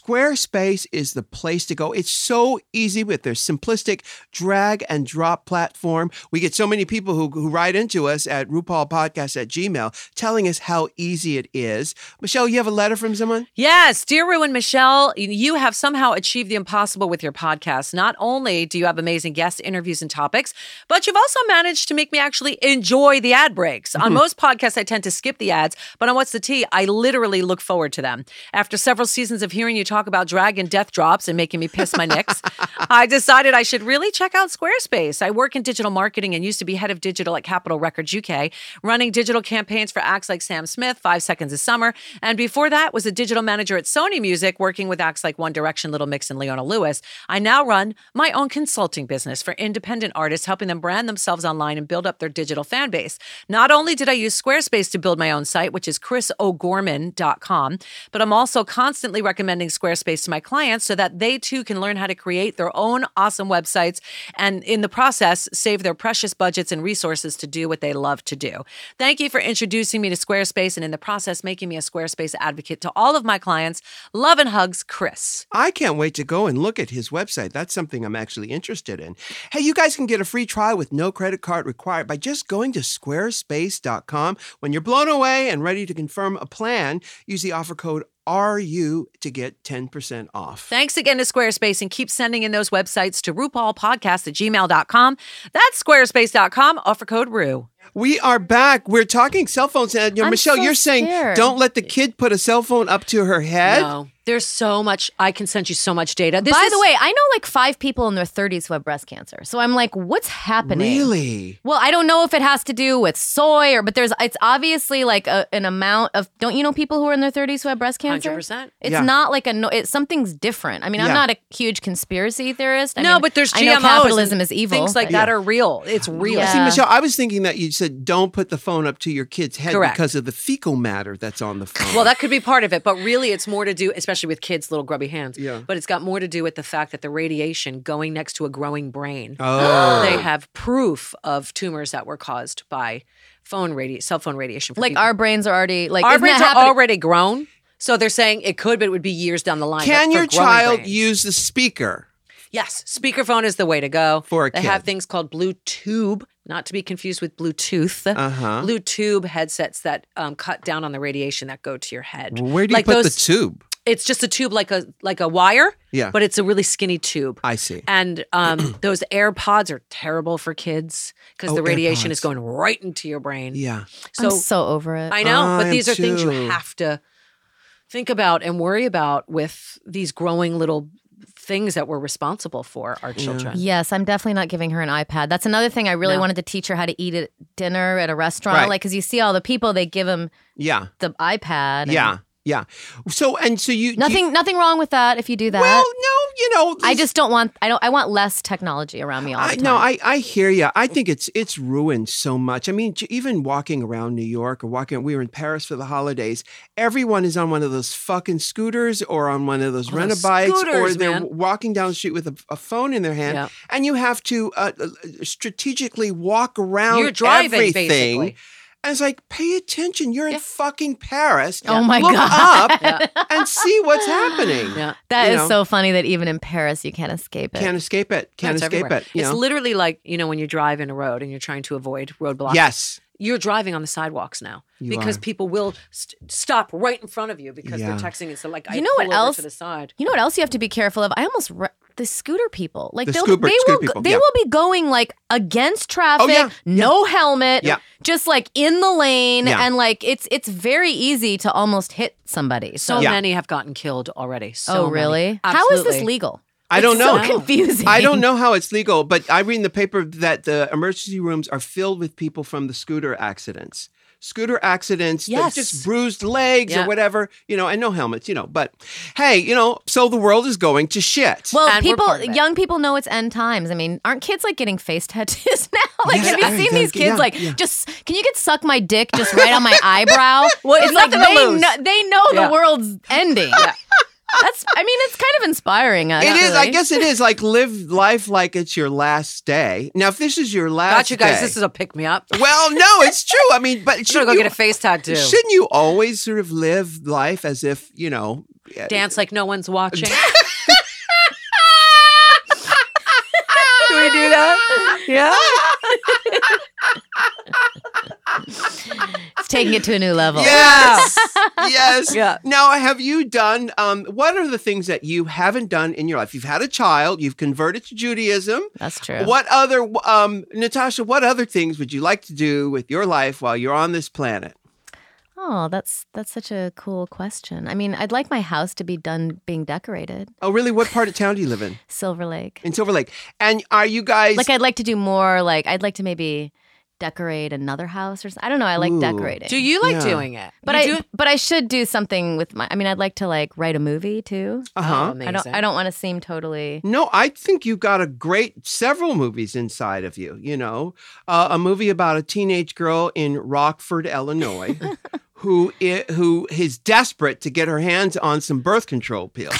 Speaker 1: Squarespace is the place to go. It's so easy with their simplistic drag and drop platform. We get so many people who, who write into us at RuPaulPodcast at Gmail telling us how easy it is. Michelle, you have a letter from someone?
Speaker 2: Yes, dear Rue and Michelle, you have somehow achieved the impossible with your podcast. Not only do you have amazing guest interviews and topics, but you've also managed to make me actually enjoy the ad breaks. on most podcasts, I tend to skip the ads, but on What's the Tea, I literally look forward to them. After several seasons of hearing you talk about drag and death drops and making me piss my nicks, I decided I should really check out Squarespace. I work in digital marketing and used to be head of digital at Capitol Records UK, running digital campaigns for acts like Sam Smith, Five Seconds of Summer, and before that was a digital manager at Sony Music, working with acts like One Direction, Little Mix, and Leona Lewis. I now run my own consulting business for independent artists, helping them brand themselves online and build up their digital fan base. Not only did I use Squarespace to build my own site, which is chrisogorman.com, but I'm also constantly recommending recommending Squarespace to my clients so that they too can learn how to create their own awesome websites and in the process save their precious budgets and resources to do what they love to do. Thank you for introducing me to Squarespace and in the process making me a Squarespace advocate to all of my clients. Love and hugs, Chris.
Speaker 1: I can't wait to go and look at his website. That's something I'm actually interested in. Hey, you guys can get a free trial with no credit card required by just going to squarespace.com. When you're blown away and ready to confirm a plan, use the offer code RU to get 10% off.
Speaker 2: Thanks again to Squarespace and keep sending in those websites to RuPaulPodcast at gmail.com. That's squarespace.com, offer code RU.
Speaker 1: We are back. We're talking cell phones. And you know,
Speaker 3: I'm
Speaker 1: Michelle,
Speaker 3: so
Speaker 1: you're saying
Speaker 3: scared.
Speaker 1: don't let the kid put a cell phone up to her head.
Speaker 2: No, there's so much. I can send you so much data. This
Speaker 3: Oh, By
Speaker 2: is-
Speaker 3: the way, I know like five people in their 30s who have breast cancer. So I'm like, what's happening?
Speaker 1: Really?
Speaker 3: Well, I don't know if it has to do with soy or, but there's, it's obviously like a, an amount of, don't you know people who are in their 30s who have breast cancer?
Speaker 2: 100%.
Speaker 3: It's
Speaker 1: Yeah.
Speaker 3: not like a, no, it, something's different. I mean,
Speaker 1: Yeah.
Speaker 3: I'm not a huge conspiracy theorist. I
Speaker 2: no,
Speaker 3: mean,
Speaker 2: but there's GMOs.
Speaker 3: I know
Speaker 2: and
Speaker 3: capitalism is evil.
Speaker 2: Things like
Speaker 3: but-
Speaker 2: that are real. It's real.
Speaker 3: Yeah.
Speaker 1: See, Michelle, I was thinking that you said don't put the phone up to your kid's head
Speaker 2: Correct.
Speaker 1: because of the fecal matter that's on the phone.
Speaker 2: Well, that could be part of it, but really it's more to do, especially with kids, little grubby hands.
Speaker 1: Yeah.
Speaker 2: But it's got more to do with the fact that the radiation going next to a growing brain.
Speaker 1: Oh.
Speaker 2: They have proof of tumors that were caused by phone radi- cell phone radiation. for
Speaker 3: Like
Speaker 2: people.
Speaker 3: our brains are already like
Speaker 2: our
Speaker 3: isn't
Speaker 2: brains
Speaker 3: that
Speaker 2: are
Speaker 3: happening?
Speaker 2: already grown. So they're saying it could, but it would be years down the line.
Speaker 1: Can
Speaker 2: but for
Speaker 1: your
Speaker 2: growing
Speaker 1: child
Speaker 2: brains-
Speaker 1: use the speaker?
Speaker 2: Yes, speakerphone is the way to go.
Speaker 1: For a
Speaker 2: they have
Speaker 1: kid.
Speaker 2: things called Bluetooth, not to be confused with Bluetooth.
Speaker 1: Uh-huh.
Speaker 2: Bluetooth headsets that um, cut down on the radiation that go to your head.
Speaker 1: Well, Where do you
Speaker 2: like
Speaker 1: put
Speaker 2: those-
Speaker 1: the tube?
Speaker 2: It's just a tube, like a like a wire.
Speaker 1: Yeah.
Speaker 2: but it's a really skinny tube.
Speaker 1: I see.
Speaker 2: and um, those AirPods are terrible for kids because
Speaker 1: Oh,
Speaker 2: the radiation is
Speaker 1: AirPods.
Speaker 2: going right into your brain.
Speaker 1: Yeah.
Speaker 2: So
Speaker 3: I'm so over it.
Speaker 2: I know,
Speaker 1: I
Speaker 2: but
Speaker 1: am
Speaker 2: these are things you
Speaker 1: too.
Speaker 2: have to think about and worry about with these growing little things that we're responsible for our children.
Speaker 3: Yes, I'm definitely not giving her an iPad. That's another thing I really
Speaker 2: No.
Speaker 3: wanted to teach her how to eat at dinner at a restaurant.
Speaker 1: Right.
Speaker 3: Like, because you see all the people, they give them
Speaker 1: Yeah.
Speaker 3: the iPad. and-
Speaker 1: Yeah. Yeah. So and so you do you-
Speaker 3: Nothing, nothing wrong with that if you do that.
Speaker 1: Well, no, you know,
Speaker 3: I
Speaker 1: this-
Speaker 3: just don't want. I don't. I want less technology around me all the
Speaker 1: I,
Speaker 3: time.
Speaker 1: no, I, I hear you. I think it's it's ruined so much. I mean, j- even walking around New York or walking, we were in Paris for the holidays. Everyone is on one of those fucking scooters or on one of those
Speaker 2: Oh, those
Speaker 1: rent a bikes, or
Speaker 2: scooters,
Speaker 1: they're
Speaker 2: man.
Speaker 1: walking down the street with a, a phone in their hand,
Speaker 2: Yeah.
Speaker 1: and you have to uh, uh, strategically walk around
Speaker 2: You're driving,
Speaker 1: everything.
Speaker 2: basically.
Speaker 1: And it's like, pay attention. You're
Speaker 2: Yeah.
Speaker 1: in fucking Paris.
Speaker 3: Oh my
Speaker 1: Look
Speaker 3: God.
Speaker 1: up
Speaker 2: Yeah.
Speaker 1: and see what's happening.
Speaker 2: Yeah.
Speaker 3: That
Speaker 1: you
Speaker 3: is
Speaker 1: know.
Speaker 3: so funny that even in Paris you can't escape it.
Speaker 1: Can't escape it. Can't
Speaker 2: it's
Speaker 1: escape
Speaker 2: everywhere.
Speaker 1: it. You
Speaker 2: it's
Speaker 1: know?
Speaker 2: literally like, you know, when you drive in a road and you're trying to avoid roadblocks.
Speaker 1: Yes.
Speaker 2: You're driving on the sidewalks now
Speaker 1: You
Speaker 2: because
Speaker 1: are.
Speaker 2: people will st- stop right in front of you because
Speaker 1: Yeah.
Speaker 2: they're texting. And so, like, I
Speaker 3: You know what
Speaker 2: pull over
Speaker 3: else?
Speaker 2: to the side.
Speaker 3: You know what else you have to be careful of? I almost re- the scooter people. Like
Speaker 1: The
Speaker 3: they'll,
Speaker 1: scooper-
Speaker 3: they
Speaker 1: scooter
Speaker 3: will go-
Speaker 1: people,
Speaker 3: they
Speaker 1: yeah. Oh,
Speaker 3: will be going like against traffic,
Speaker 1: yeah,
Speaker 3: no helmet,
Speaker 1: Yeah.
Speaker 3: just like in the lane
Speaker 1: Yeah.
Speaker 3: and like it's it's very easy to almost hit somebody. So
Speaker 2: So
Speaker 1: Yeah.
Speaker 2: many have gotten killed already. So
Speaker 3: Oh
Speaker 2: many.
Speaker 3: really? How is this
Speaker 2: Absolutely.
Speaker 3: legal?
Speaker 1: I don't
Speaker 3: It's
Speaker 1: know.
Speaker 3: So confusing.
Speaker 1: I don't know how it's legal, but I read in the paper that the emergency rooms are filled with people from the scooter accidents. Scooter accidents, they're
Speaker 2: Yes.
Speaker 1: just bruised legs
Speaker 2: Yeah.
Speaker 1: or whatever, you know, and no helmets, you know. But hey, you know, so the world is going to shit.
Speaker 3: Well,
Speaker 2: And we're
Speaker 3: people,
Speaker 2: part of it.
Speaker 3: young people know it's end times. I mean, aren't kids like getting face tattoos now? like,
Speaker 1: Yes,
Speaker 3: have you
Speaker 1: I
Speaker 3: seen
Speaker 1: think-
Speaker 3: these kids?
Speaker 1: yeah,
Speaker 3: like,
Speaker 1: yeah.
Speaker 3: just can you get suck my dick just right on my eyebrow?
Speaker 2: Well,
Speaker 3: it's
Speaker 2: it's
Speaker 3: like they
Speaker 2: nothing to lose.
Speaker 3: know, they know
Speaker 2: Yeah.
Speaker 3: the world's ending. That's. I mean, it's kind of inspiring. Us,
Speaker 1: it is, I
Speaker 3: really.
Speaker 1: guess it is like live life like it's your last day. Now, if this is your last
Speaker 2: Got you guys.
Speaker 1: day-
Speaker 2: This is a pick me up.
Speaker 1: well, no, it's true. I mean, but
Speaker 2: Should
Speaker 1: should
Speaker 2: go
Speaker 1: you,
Speaker 2: get a face tattoo.
Speaker 1: shouldn't you always sort of live life as if, you know,
Speaker 2: Dance like no one's watching. Can we do that? Yeah.
Speaker 3: It's taking it to a new level.
Speaker 1: Yes. yes.
Speaker 2: Yeah.
Speaker 1: Now, have you done, um, what are the things that you haven't done in your life? You've had a child, you've converted to Judaism.
Speaker 3: That's true.
Speaker 1: What other, um, Natasha, what other things would you like to do with your life while you're on this planet?
Speaker 3: Oh, that's that's such a cool question. I mean, I'd like my house to be done being decorated,
Speaker 1: Oh, really? What part of town do you live in?
Speaker 3: Silver Lake.
Speaker 1: In Silver Lake. And are you guys,
Speaker 3: Like, I'd like to do more. Like, I'd like to maybe decorate another house or something. I don't know. I like
Speaker 1: Ooh.
Speaker 3: decorating.
Speaker 2: Do you like
Speaker 1: Yeah.
Speaker 2: doing it?
Speaker 3: But
Speaker 2: You
Speaker 3: I
Speaker 2: do it?
Speaker 3: but I should do something with my. I mean, I'd like to like write a movie too.
Speaker 1: uh
Speaker 2: Oh,
Speaker 1: huh.
Speaker 2: amazing.
Speaker 3: I don't I don't want to seem totally.
Speaker 1: No, I think you've got a great several movies inside of you. You know, uh, a movie about a teenage girl in Rockford, Illinois, who i- who is desperate to get her hands on some birth control pills.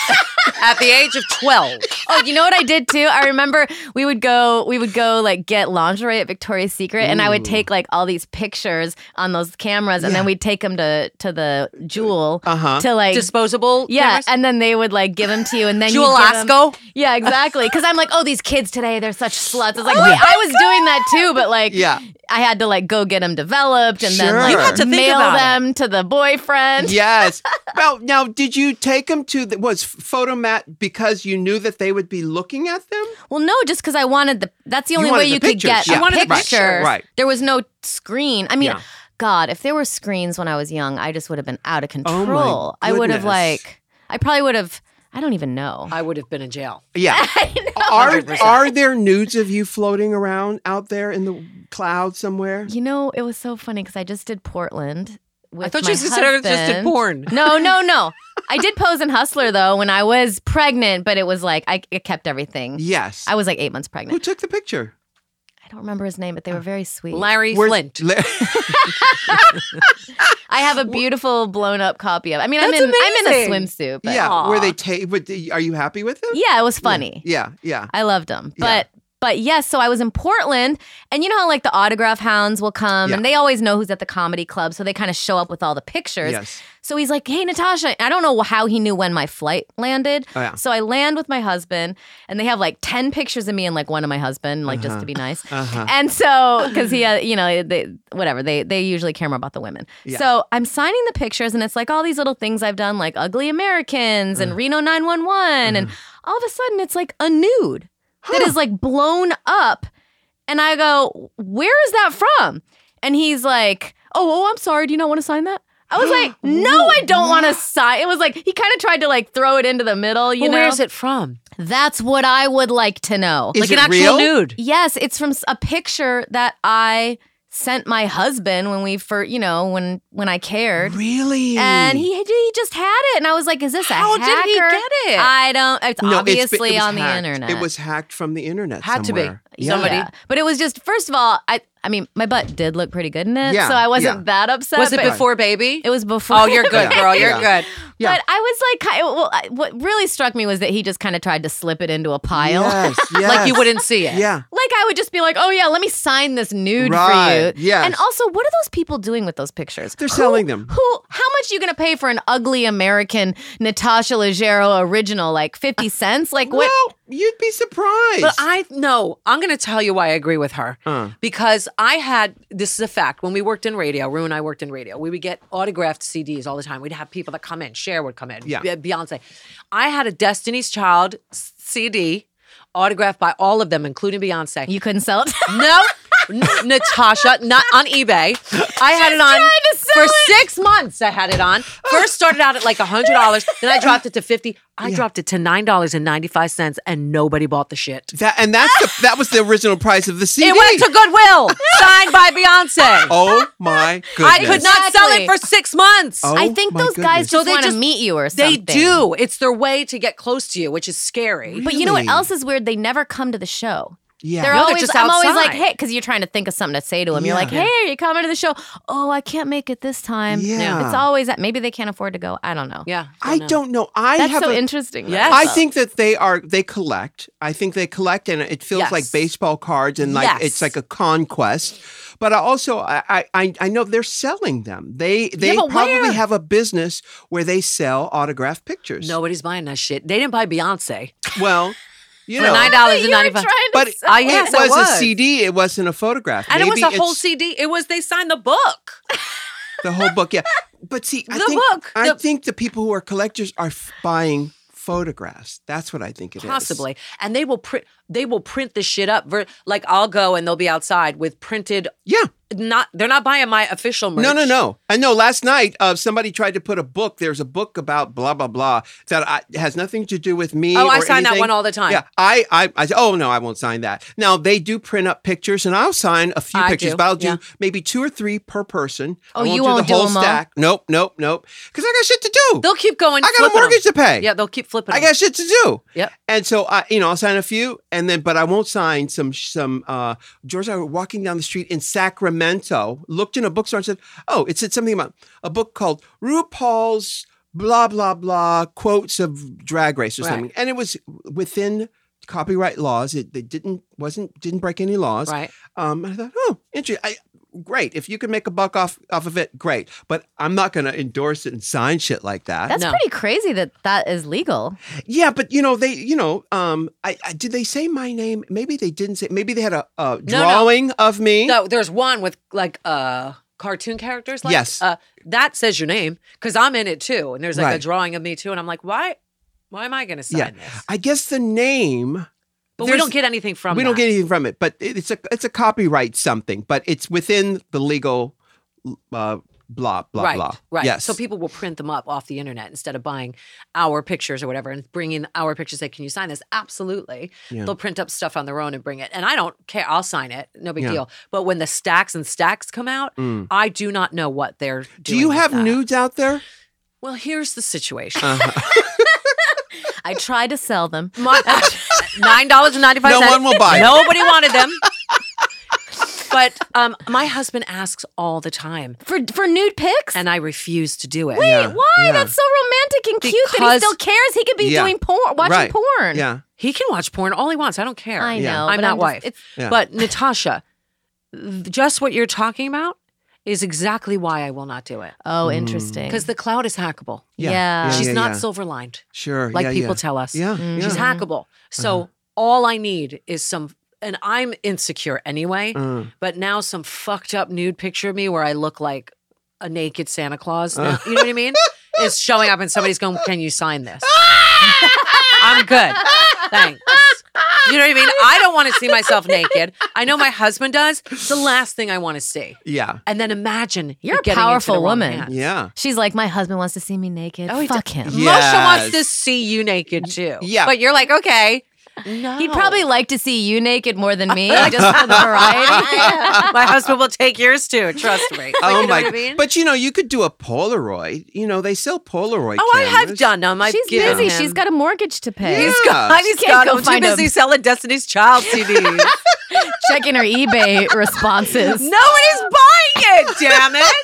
Speaker 2: at the age of 12.
Speaker 3: Oh, you know what I did too? I remember we would go, we would go like get lingerie at Victoria's Secret, and I would take like all these pictures on those cameras, and then
Speaker 1: Yeah.
Speaker 3: we'd take them to to the Jewel
Speaker 1: Uh-huh.
Speaker 3: to like.
Speaker 2: Disposable.
Speaker 3: yeah,
Speaker 2: cameras?
Speaker 3: and then they would like give them to you, and then
Speaker 2: Jewel
Speaker 3: you give 'em-
Speaker 2: Asco.
Speaker 3: Yeah, exactly. Because I'm like, oh, these kids today, they're such sluts. It's
Speaker 2: Oh
Speaker 3: like I was doing that too, but like,
Speaker 1: Yeah.
Speaker 3: I had to like go get them developed, and then
Speaker 1: Sure.
Speaker 3: like
Speaker 1: You had
Speaker 2: to think
Speaker 3: mail
Speaker 2: about it.
Speaker 3: them to the boyfriend.
Speaker 1: yes. Well, now did you take them to the, was photomat because you knew that they would be looking at them?
Speaker 3: Well, no, just because I wanted the. That's the only
Speaker 1: wanted
Speaker 3: way
Speaker 1: the
Speaker 3: you could
Speaker 1: pictures,
Speaker 3: get.
Speaker 1: yeah.
Speaker 3: a
Speaker 1: I wanted the
Speaker 3: picture.
Speaker 1: picture, right.
Speaker 3: There was no screen. I mean,
Speaker 1: Yeah.
Speaker 3: God, if there were screens when I was young, I just would have been out of
Speaker 1: Oh my
Speaker 3: control. I would have
Speaker 1: goodness.
Speaker 3: like. I probably would have. I don't even know.
Speaker 2: I would have been in jail.
Speaker 1: Yeah. Are
Speaker 2: 100%.
Speaker 1: are there nudes of you floating around out there in the cloud somewhere?
Speaker 3: You know, it was so funny because I just did Portland. With
Speaker 2: I thought
Speaker 3: my
Speaker 2: you just said I just did
Speaker 3: husband.
Speaker 2: porn.
Speaker 3: No, no, no. I did pose in Hustler though when I was pregnant, but it was like I it kept everything.
Speaker 1: Yes.
Speaker 3: I was like eight months
Speaker 1: Who
Speaker 3: pregnant.
Speaker 1: took the picture?
Speaker 3: I don't remember his name, but they were very sweet.
Speaker 2: Larry
Speaker 1: Where's-
Speaker 2: Flint.
Speaker 1: La-
Speaker 3: I have a beautiful blown up copy of. I mean, I'm
Speaker 2: That's
Speaker 3: in I'm in a
Speaker 2: amazing.
Speaker 3: swimsuit, but
Speaker 1: yeah.
Speaker 2: Aw.
Speaker 1: Were they ta- would they- are you happy with them?
Speaker 3: yeah, it was funny.
Speaker 1: Yeah, yeah.
Speaker 3: I loved them,
Speaker 1: Yeah.
Speaker 3: but but yes. So I was in Portland, and you know how like the autograph hounds will come,
Speaker 1: Yeah.
Speaker 3: and they always know who's at the comedy club, so they kind of show up with all the pictures.
Speaker 1: Yes.
Speaker 3: So he's like, "Hey, Natasha." I don't know how he knew when my flight landed.
Speaker 1: Oh, yeah.
Speaker 3: So I land with my husband, and they have like ten pictures of me and like one of my husband, like just to be nice.
Speaker 1: Uh-huh.
Speaker 3: And so, because he, uh, you know, they whatever they they usually care more about the women.
Speaker 1: Yeah.
Speaker 3: So I'm signing the pictures, and it's like all these little things I've done, like ugly Americans and Reno 911, and all of a sudden it's like a nude that is like blown up, and I go, "Where is that from?" And he's like, "Oh, oh, I'm sorry. Do you not want to sign that?" I was like, "No, I don't want to sign." It was like he kind of tried to like throw it into the middle, you
Speaker 2: Well,
Speaker 3: know.
Speaker 2: where is it from?
Speaker 3: That's what I would like to know.
Speaker 1: Is
Speaker 2: like an
Speaker 1: it
Speaker 2: actual
Speaker 1: real?
Speaker 2: nude.
Speaker 3: Yes, it's from s- a picture that I sent my husband when we first, you know, when when I cared.
Speaker 1: Really?
Speaker 3: And he he just had it, and I was like, "Is this a
Speaker 2: How did
Speaker 3: hacker?
Speaker 2: he get it?
Speaker 3: I don't. It's
Speaker 1: No, it's been- it
Speaker 3: obviously
Speaker 1: was
Speaker 3: on the
Speaker 1: hacked.
Speaker 3: internet.
Speaker 1: It was hacked from the internet.
Speaker 2: Had to be.
Speaker 1: somewhere.
Speaker 3: Yeah.
Speaker 2: Somebody-
Speaker 3: but it was just first of all, I I mean, my butt did look pretty good in it,
Speaker 1: Yeah,
Speaker 3: so I wasn't
Speaker 1: yeah.
Speaker 3: that upset.
Speaker 2: Was it
Speaker 3: but-
Speaker 2: before baby?
Speaker 3: It was before.
Speaker 2: Oh, you're good,
Speaker 1: Yeah.
Speaker 2: girl. You're
Speaker 1: Yeah.
Speaker 2: good.
Speaker 1: Yeah.
Speaker 3: But I was like, ki- well, I- what really struck me was that he just kind of tried to slip it into a pile.
Speaker 1: Yes, yes.
Speaker 2: Like you wouldn't see it.
Speaker 1: Yeah.
Speaker 3: Like I would just be like, oh yeah, let me sign this nude
Speaker 1: Right,
Speaker 3: for you.
Speaker 1: yes.
Speaker 3: And also, what are those people doing with those pictures?
Speaker 1: They're selling them.
Speaker 3: Who? How much are you gonna pay for an ugly American Natasha Leggero original? Like fifty cents? Like what?
Speaker 1: Well, you'd be surprised.
Speaker 2: But I no, I'm going to tell you why I agree with her.
Speaker 1: Uh.
Speaker 2: Because I had this is a fact. When we worked in radio, Rue and I worked in radio, we would get autographed CDs all the time. We'd have people that come in. Cher would come in.
Speaker 1: Yeah.
Speaker 2: Be- Beyonce. I had a Destiny's Child s- CD autographed by all of them, including Beyonce.
Speaker 3: You couldn't sell it.
Speaker 2: no. N- Natasha, not on eBay. I had it on
Speaker 3: to sell
Speaker 2: for six months. I had it on. First started out at like hundred dollars, then I dropped it to fifty. I dropped it to nine dollars and ninety five cents, and nobody bought the shit.
Speaker 1: that and that's the, that was the original price of the CD.
Speaker 2: It went to Goodwill, signed by Beyonce.
Speaker 1: oh my goodness!
Speaker 2: I could not sell it
Speaker 3: Exactly.
Speaker 2: for six months.
Speaker 1: Oh,
Speaker 3: I think
Speaker 1: my
Speaker 3: those
Speaker 1: goodness.
Speaker 3: guys
Speaker 2: So
Speaker 3: just
Speaker 2: they
Speaker 3: want to
Speaker 2: just-
Speaker 3: meet you or
Speaker 2: they
Speaker 3: something.
Speaker 2: do. It's their way to get close to you, which is scary.
Speaker 3: But you know what
Speaker 1: Really?
Speaker 3: else is weird? They never come to the show.
Speaker 1: Yeah.
Speaker 3: They're
Speaker 2: No, they're
Speaker 3: always.
Speaker 2: just
Speaker 3: I'm always
Speaker 2: outside.
Speaker 3: like, hey, because you're trying to think of something to say to them. You're
Speaker 1: Yeah.
Speaker 3: like, hey, are you coming to the show? Oh, I can't make it this time.
Speaker 1: Yeah.
Speaker 3: It's always that. Maybe they can't afford to go. I don't know.
Speaker 2: yeah,
Speaker 1: I don't know. I
Speaker 3: Oh, That's
Speaker 1: have
Speaker 3: so
Speaker 1: a-
Speaker 3: interesting. though.
Speaker 2: Yes.
Speaker 1: I think that they are they collect. I think they collect, and it feels
Speaker 2: Yes.
Speaker 1: like baseball cards, and like
Speaker 2: Yes.
Speaker 1: it's like a conquest. But I also, I, I- I I know they're selling them. They they
Speaker 2: but
Speaker 1: probably
Speaker 2: where?
Speaker 1: have a business where they sell autographed pictures.
Speaker 2: Nobody's buying that shit. They didn't buy Beyonce
Speaker 1: well, you
Speaker 2: for
Speaker 1: know,
Speaker 2: nine
Speaker 3: But
Speaker 2: dollars and
Speaker 3: you
Speaker 2: ninety
Speaker 3: were trying
Speaker 2: five.
Speaker 3: to
Speaker 1: but
Speaker 3: sell
Speaker 2: I- uh, yes,
Speaker 1: it was
Speaker 2: was.
Speaker 1: a CD. It wasn't a photograph.
Speaker 2: And it was
Speaker 1: Maybe
Speaker 2: a whole
Speaker 1: it's
Speaker 2: CD. It was they signed the book.
Speaker 1: The whole book, yeah. But see, I
Speaker 2: The
Speaker 1: think
Speaker 2: book,
Speaker 1: I
Speaker 2: the-
Speaker 1: think the people who are collectors are f- buying photographs. That's what I think it is.
Speaker 2: possibly and they will print they will print this shit up ver- like i'll go and they'll be outside with printed
Speaker 1: Yeah.
Speaker 2: not they're not buying my official merch
Speaker 1: No, no, no. I know. Last night, uh, somebody tried to put a book. There's a book about blah blah blah that I, has nothing to do with me.
Speaker 2: Oh, I
Speaker 1: or
Speaker 2: sign that
Speaker 1: anything.
Speaker 2: one all the time.
Speaker 1: Yeah, I, I, I, oh no, I won't sign that. Now they do print up pictures, and I'll sign a few
Speaker 2: I
Speaker 1: pictures,
Speaker 2: do,
Speaker 1: but I'll do
Speaker 2: yeah.
Speaker 1: maybe two or three per person.
Speaker 3: Oh,
Speaker 1: I won't
Speaker 3: you
Speaker 1: do
Speaker 3: won't do
Speaker 1: the whole
Speaker 3: them all?
Speaker 1: stack. Nope, nope, nope. Because I got shit to do.
Speaker 2: they'll keep going
Speaker 1: I got a
Speaker 2: flipping 'em.
Speaker 1: mortgage to pay.
Speaker 2: yeah they'll keep flipping
Speaker 1: I
Speaker 2: 'em.
Speaker 1: got shit to do.
Speaker 2: Yep.
Speaker 1: And so I, you know, I'll sign a few, and then, but I won't sign some some. uh George, and I were walking down the street in Sacramento, memento, looked in a bookstore and said, "Oh, it said something about a book called RuPaul's blah blah blah quotes of Drag Race or
Speaker 2: Right.
Speaker 1: something," and it was within copyright laws. It they didn't wasn't didn't break any laws.
Speaker 2: Right.
Speaker 1: Um, and I thought, oh, interesting. I, great. If you can make a buck off off of it, great. But I'm not going to endorse it and sign shit like that.
Speaker 3: That's
Speaker 2: No.
Speaker 3: pretty crazy that that is legal.
Speaker 1: yeah, but you know they, you know, um, I, I did they say my name? Maybe they didn't say. Maybe they had a, a
Speaker 2: no.
Speaker 1: drawing of me.
Speaker 2: No, there's one with like uh cartoon characters. Like,
Speaker 1: Yes.
Speaker 2: uh, that says your name because I'm in it too, and there's like a
Speaker 1: Right.
Speaker 2: drawing of me too, and I'm like, why? Why am I going to sign
Speaker 1: Yeah.
Speaker 2: this?
Speaker 1: I guess the name.
Speaker 2: But we
Speaker 1: there's-
Speaker 2: don't get anything from.
Speaker 1: we don't
Speaker 2: that.
Speaker 1: get anything from it, but it- it's a it's a copyright something, but it's within the legal, uh, blah blah
Speaker 2: right,
Speaker 1: blah.
Speaker 2: Right.
Speaker 1: Yes.
Speaker 2: So people will print them up off the internet instead of buying our pictures or whatever and bringing our pictures. Say, can you sign this? Absolutely.
Speaker 1: Yeah.
Speaker 2: They'll print up stuff on their own and bring it. And I don't care. I'll sign it. No big
Speaker 1: Yeah.
Speaker 2: deal. But when the stacks and stacks come out,
Speaker 1: Mm.
Speaker 2: I do not know what they're. Doing
Speaker 1: Do you
Speaker 2: with
Speaker 1: have
Speaker 2: that.
Speaker 1: nudes out there?
Speaker 2: Well, here's the situation.
Speaker 3: I tried to sell them.
Speaker 2: My- uh, Nine dollars and ninety five
Speaker 1: No
Speaker 2: cents.
Speaker 1: one will buy it.
Speaker 2: Nobody wanted them. But um, my husband asks all the time,
Speaker 3: For for nude pics?
Speaker 2: and I refuse to do it.
Speaker 3: Wait,
Speaker 1: Yeah,
Speaker 3: why?
Speaker 1: yeah.
Speaker 3: That's so romantic and cute that he
Speaker 2: Because-
Speaker 3: still cares. He could be
Speaker 1: Yeah.
Speaker 3: doing porn, watching
Speaker 1: Right.
Speaker 3: porn.
Speaker 1: Yeah.
Speaker 2: He can watch porn all he wants. I don't care.
Speaker 3: I know.
Speaker 1: Yeah.
Speaker 3: but
Speaker 2: I'm not
Speaker 3: just-
Speaker 2: wife.
Speaker 3: it's-
Speaker 1: Yeah.
Speaker 2: But Natasha, th- just what you're talking about is exactly why I will not do it
Speaker 3: oh, interesting.
Speaker 2: because the cloud is hackable.
Speaker 1: Mm. Yeah.
Speaker 3: Yeah.
Speaker 2: She's
Speaker 1: yeah,
Speaker 2: not
Speaker 1: yeah.
Speaker 2: silver lined
Speaker 1: sure
Speaker 2: like
Speaker 1: yeah,
Speaker 2: people
Speaker 1: yeah.
Speaker 2: tell us.
Speaker 1: Yeah,
Speaker 3: Mm.
Speaker 1: yeah. Uh-huh.
Speaker 2: She's hackable. So all I need is some, and I'm insecure anyway.
Speaker 1: Uh,
Speaker 2: but now some fucked up nude picture of me where I look like a naked Santa
Speaker 1: Uh.
Speaker 2: Claus. now- you know what I mean? Is showing up and somebody's going, "Can you sign this?" I'm good, thanks. You know what I mean? I don't want to see myself naked. I know my husband does. It's the last thing I want to see.
Speaker 1: yeah.
Speaker 2: And then imagine
Speaker 3: You're
Speaker 2: it
Speaker 3: a
Speaker 2: getting into the
Speaker 3: powerful
Speaker 2: wrong
Speaker 3: woman.
Speaker 2: hands.
Speaker 1: Yeah.
Speaker 3: She's like, my husband wants to see me naked.
Speaker 2: Oh, he
Speaker 3: Fuck
Speaker 2: d-
Speaker 3: him.
Speaker 1: Yeah.
Speaker 2: Moshe wants to
Speaker 1: Yes.
Speaker 2: see you naked too.
Speaker 1: Yeah.
Speaker 2: but you're like, okay. No.
Speaker 3: He'd probably
Speaker 1: Oh.
Speaker 3: like to see you naked more than me, just for the variety.
Speaker 2: my husband will take yours too. Trust me. But
Speaker 1: oh
Speaker 2: you know
Speaker 1: my!
Speaker 2: What I mean?
Speaker 1: But you know, you could do a Polaroid. You know, they sell Polaroid.
Speaker 2: oh, I have
Speaker 1: cameras.
Speaker 2: done them. I've
Speaker 3: She's
Speaker 2: given
Speaker 3: busy.
Speaker 2: him.
Speaker 3: She's got a mortgage to pay.
Speaker 1: Yeah.
Speaker 2: He's got, he's
Speaker 3: Can't
Speaker 2: got
Speaker 3: go
Speaker 2: I'm too
Speaker 3: find
Speaker 2: busy
Speaker 3: him.
Speaker 2: selling Destiny's Child CDs.
Speaker 3: Checking her eBay responses.
Speaker 2: no one is buying it, damn it.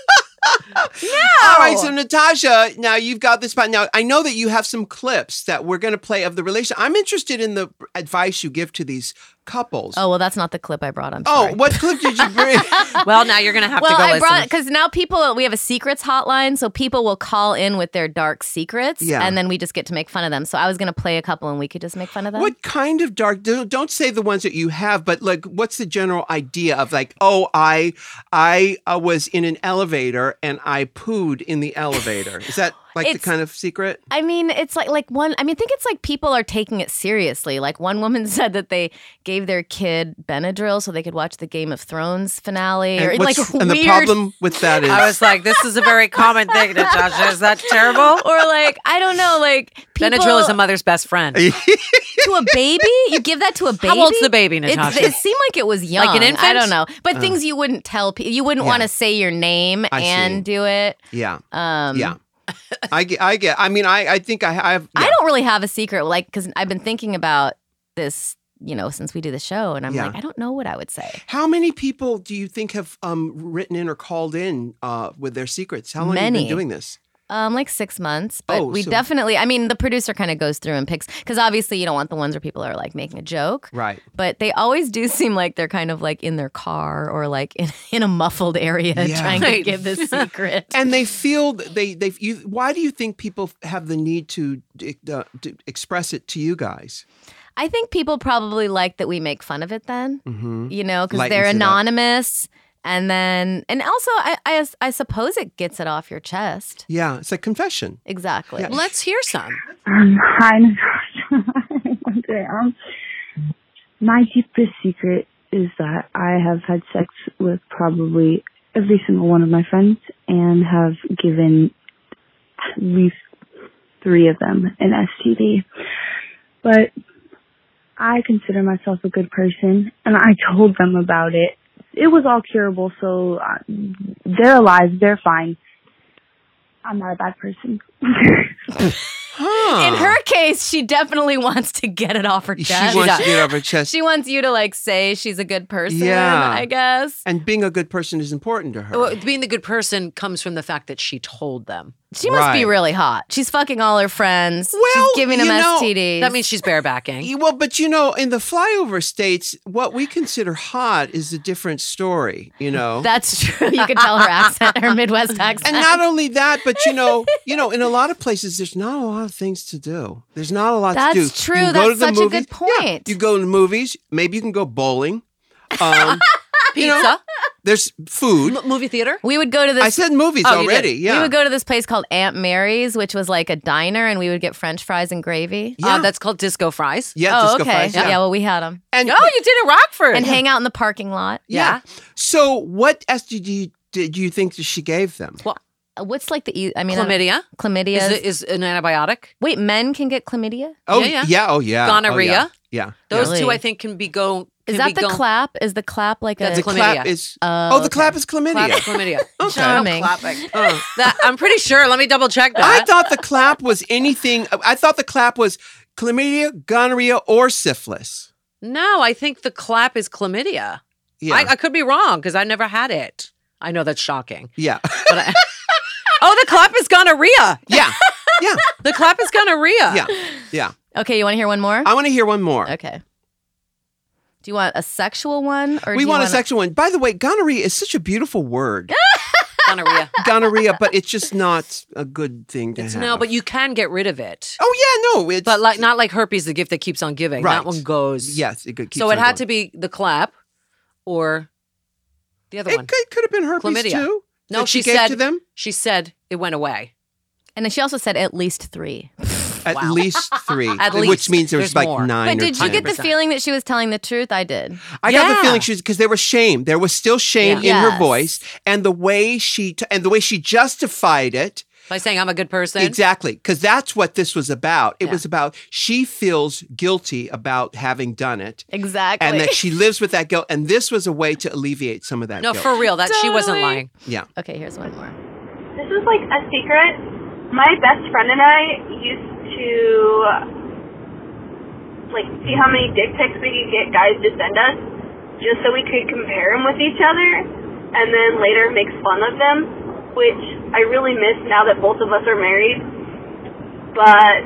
Speaker 1: All right, so Natasha, now you've got this spot. Now I know that you have some clips that we're going to play of the relation. I'm interested in the advice you give to these couples.
Speaker 3: Oh well, that's not the clip I brought. I'm
Speaker 1: Oh,
Speaker 3: sorry.
Speaker 1: what clip did you bring?
Speaker 2: Well, now you're going to have
Speaker 3: Well,
Speaker 2: to go
Speaker 3: I
Speaker 2: listen.
Speaker 3: brought because now people we have a secrets hotline, so people will call in with their dark secrets,
Speaker 1: Yeah.
Speaker 3: and then we just get to make fun of them. So I was gonna play a couple, and we could just make fun of them.
Speaker 1: What kind of dark? don't- Don't say the ones that you have, but like, what's the general idea of like? Oh, I, I uh, was in an elevator and I pooed in the elevator. Is that like the
Speaker 3: It's-
Speaker 1: kind of secret?
Speaker 3: I mean, it's like like one. I mean, I think it's like people are taking it seriously. Like one woman said that they gave their kid Benadryl so they could watch the Game of Thrones finale, or
Speaker 1: And,
Speaker 3: like
Speaker 1: what's- and the
Speaker 3: weird-
Speaker 1: problem with that is,
Speaker 2: I was like, this is a very common thing, Natasha. Is that terrible?
Speaker 3: or like I don't know, like people,
Speaker 2: Benadryl is a mother's best friend.
Speaker 3: to a baby. You give that to a baby.
Speaker 2: How old's the baby,
Speaker 3: It's-
Speaker 2: Natasha?
Speaker 3: it seemed like it was young.
Speaker 2: an
Speaker 3: I
Speaker 2: infant?
Speaker 3: don't know, but things you wouldn't tell people. You wouldn't
Speaker 1: Oh. Yeah.
Speaker 3: want to say your name
Speaker 1: I see.
Speaker 3: and do it.
Speaker 1: yeah,
Speaker 3: Um,
Speaker 1: yeah. I get, I get. I mean, I, I think I, I have.
Speaker 3: I
Speaker 1: yeah.
Speaker 3: don't really have a secret, like because I've been thinking about this, you know, since we do the show, and I'm
Speaker 1: Yeah.
Speaker 3: like, I don't know what I would say.
Speaker 1: How many people do you think have um, written in or called in uh, with their secrets? How long have you
Speaker 3: Many.
Speaker 1: been doing this?
Speaker 3: Um, like six months, but
Speaker 1: Oh,
Speaker 3: we
Speaker 1: so-
Speaker 3: definitely. I mean, the producer kind of goes through and picks because obviously you don't want the ones where people are like making a joke,
Speaker 1: Right.
Speaker 3: but they always do seem like they're kind of like in their car or like in, in a muffled area
Speaker 1: Yeah.
Speaker 3: trying to
Speaker 2: Right.
Speaker 3: give this secret.
Speaker 1: And they feel th- they they you. Why do you think people have the need to, d- uh, to express it to you guys?
Speaker 3: I think people probably like that we make fun of it then,
Speaker 1: Mm-hmm.
Speaker 3: you know, because
Speaker 1: Lightens
Speaker 3: they're
Speaker 1: it up.
Speaker 3: anonymous. And then, and also, I, I, I suppose it gets it off your chest.
Speaker 1: Yeah, it's a confession.
Speaker 3: Exactly.
Speaker 1: Yeah.
Speaker 2: Let's hear some.
Speaker 4: Um, hi, Natasha. okay, um, my deepest secret is that I have had sex with probably every single one of my friends and have given at least three of them an STD. But I consider myself a good person and I told them about it. It was all curable, so uh, they're alive, they're fine. I'm not a bad person.
Speaker 1: Huh.
Speaker 3: In her case, she definitely wants to get it off her
Speaker 1: she
Speaker 3: chest.
Speaker 1: wants to get it off her chest.
Speaker 3: She wants you to like say she's a good person,
Speaker 1: Yeah.
Speaker 3: I guess.
Speaker 1: and being a good person is important to her.
Speaker 2: Well, being the good person comes from the fact that she told them.
Speaker 3: She must be
Speaker 1: Right.
Speaker 3: really hot. She's fucking all her friends.
Speaker 1: Well,
Speaker 3: she's giving them
Speaker 1: you know,
Speaker 3: STDs.
Speaker 2: That means she's barebacking.
Speaker 1: Yeah, E, Well, but you know, in the flyover states, what we consider hot is a different story, you know.
Speaker 3: that's true. You could tell her accent, her Midwest accent.
Speaker 1: and not only that, but you know, you know, in a lot of places, there's not a lot of things to do. There's not a lot
Speaker 3: That's
Speaker 1: to do.
Speaker 3: true.
Speaker 1: You
Speaker 3: That's
Speaker 1: go to the
Speaker 3: such a
Speaker 1: movies.
Speaker 3: good
Speaker 1: Yeah,
Speaker 3: point.
Speaker 1: you go to the movies. Maybe you can go bowling. Um, you know,
Speaker 2: Pizza,
Speaker 1: there's food.
Speaker 2: M- movie theater.
Speaker 3: we would go to this
Speaker 1: I said movies
Speaker 2: Oh, you did.
Speaker 1: already. Yeah.
Speaker 3: We would go to this place called Aunt Mary's, which was like a diner, and we would get French fries and gravy.
Speaker 1: yeah.
Speaker 2: Uh, that's called disco fries.
Speaker 1: yeah.
Speaker 3: oh,
Speaker 1: disco
Speaker 3: okay.
Speaker 1: fries,
Speaker 3: yeah. well, we had them,
Speaker 1: And
Speaker 2: Oh, you did it, Rockford.
Speaker 3: and hang out in the parking lot.
Speaker 1: yeah. So, what STD did you think that she gave them?
Speaker 3: Uh, What's like the? e- I mean, I don't-
Speaker 2: chlamydia
Speaker 3: chlamydia.
Speaker 2: is,
Speaker 3: is-
Speaker 2: it- is an antibiotic.
Speaker 3: Wait, men can get chlamydia.
Speaker 1: Oh,
Speaker 2: Yeah, Oh, yeah.
Speaker 1: Oh, yeah. Oh, yeah.
Speaker 2: Gonorrhea.
Speaker 1: Yeah.
Speaker 2: Those two,
Speaker 3: Really?
Speaker 2: I think, can be go.
Speaker 3: Is
Speaker 2: can be
Speaker 3: that the
Speaker 2: go-
Speaker 3: clap? Is the clap like
Speaker 2: That's
Speaker 1: The
Speaker 3: a?
Speaker 2: chlam-
Speaker 1: clap
Speaker 2: Chlamydia.
Speaker 1: is. Oh, the
Speaker 3: okay.
Speaker 1: clap is
Speaker 2: clap?
Speaker 1: chlamydia.
Speaker 2: Chlamydia.
Speaker 1: Okay.
Speaker 3: Charming.
Speaker 1: Oh.
Speaker 2: That I'm pretty sure. Let me double check
Speaker 1: I
Speaker 2: that.
Speaker 1: thought the clap was anything. I thought the clap was chlamydia, gonorrhea, or syphilis.
Speaker 2: no, I think the clap is chlamydia.
Speaker 1: Yeah.
Speaker 2: I, I could be wrong because I never had it. I know that's shocking.
Speaker 1: yeah.
Speaker 2: But I, oh, the clap is gonorrhea.
Speaker 1: Yeah. Yeah.
Speaker 2: The clap is gonorrhea.
Speaker 1: Yeah. Yeah.
Speaker 3: Okay, you want to hear one more?
Speaker 1: I want to hear one more.
Speaker 3: okay. Do you want a sexual one or do
Speaker 1: We
Speaker 3: you
Speaker 1: want a
Speaker 3: wanna-
Speaker 1: sexual one. By the way, gonorrhea is such a beautiful word.
Speaker 2: Gonorrhea.
Speaker 1: gonorrhea, but it's just not a good thing to
Speaker 2: It's,
Speaker 1: have.
Speaker 2: no, but you can get rid of it.
Speaker 1: Oh yeah, no. It's
Speaker 2: But like not like herpes, the gift that keeps on giving.
Speaker 1: Right.
Speaker 2: That one goes.
Speaker 1: yes, it could. Keep
Speaker 2: So it had to be the clap or the other
Speaker 1: It
Speaker 2: one.
Speaker 1: could, could have been herpes
Speaker 2: Chlamydia.
Speaker 1: too.
Speaker 2: No,
Speaker 1: that
Speaker 2: she
Speaker 1: gave
Speaker 2: said-
Speaker 1: to them
Speaker 2: She said it went away.
Speaker 3: And then she also said at least three.
Speaker 1: at
Speaker 2: Wow.
Speaker 1: least three,
Speaker 2: At
Speaker 1: which
Speaker 2: least.
Speaker 1: means there was like
Speaker 2: There's more.
Speaker 1: nine.
Speaker 3: But
Speaker 1: or
Speaker 3: did you get the
Speaker 2: 10%.
Speaker 3: feeling that she was telling the truth? I did.
Speaker 1: I got the
Speaker 2: Yeah.
Speaker 1: feeling she was because there was shame. There was still shame
Speaker 3: Yeah.
Speaker 1: in her
Speaker 3: Yes.
Speaker 1: voice, and the way she t- and the way she justified it
Speaker 2: By saying I'm a good person.
Speaker 1: exactly because that's what this was about. It
Speaker 2: Yeah.
Speaker 1: was about she feels guilty about having done it,
Speaker 3: Exactly.
Speaker 1: and that she lives with that guilt. And this was a way to alleviate some of that.
Speaker 2: No,
Speaker 1: guilt.
Speaker 2: for real. That she wasn't
Speaker 3: Totally.
Speaker 2: lying.
Speaker 1: yeah,
Speaker 3: okay, here's one more.
Speaker 5: This is like a secret. My best friend and I used to like see how many dick pics we could get guys to send us, just so we could compare them with each other, and then later make fun of them, which I really miss now that both of us are married. But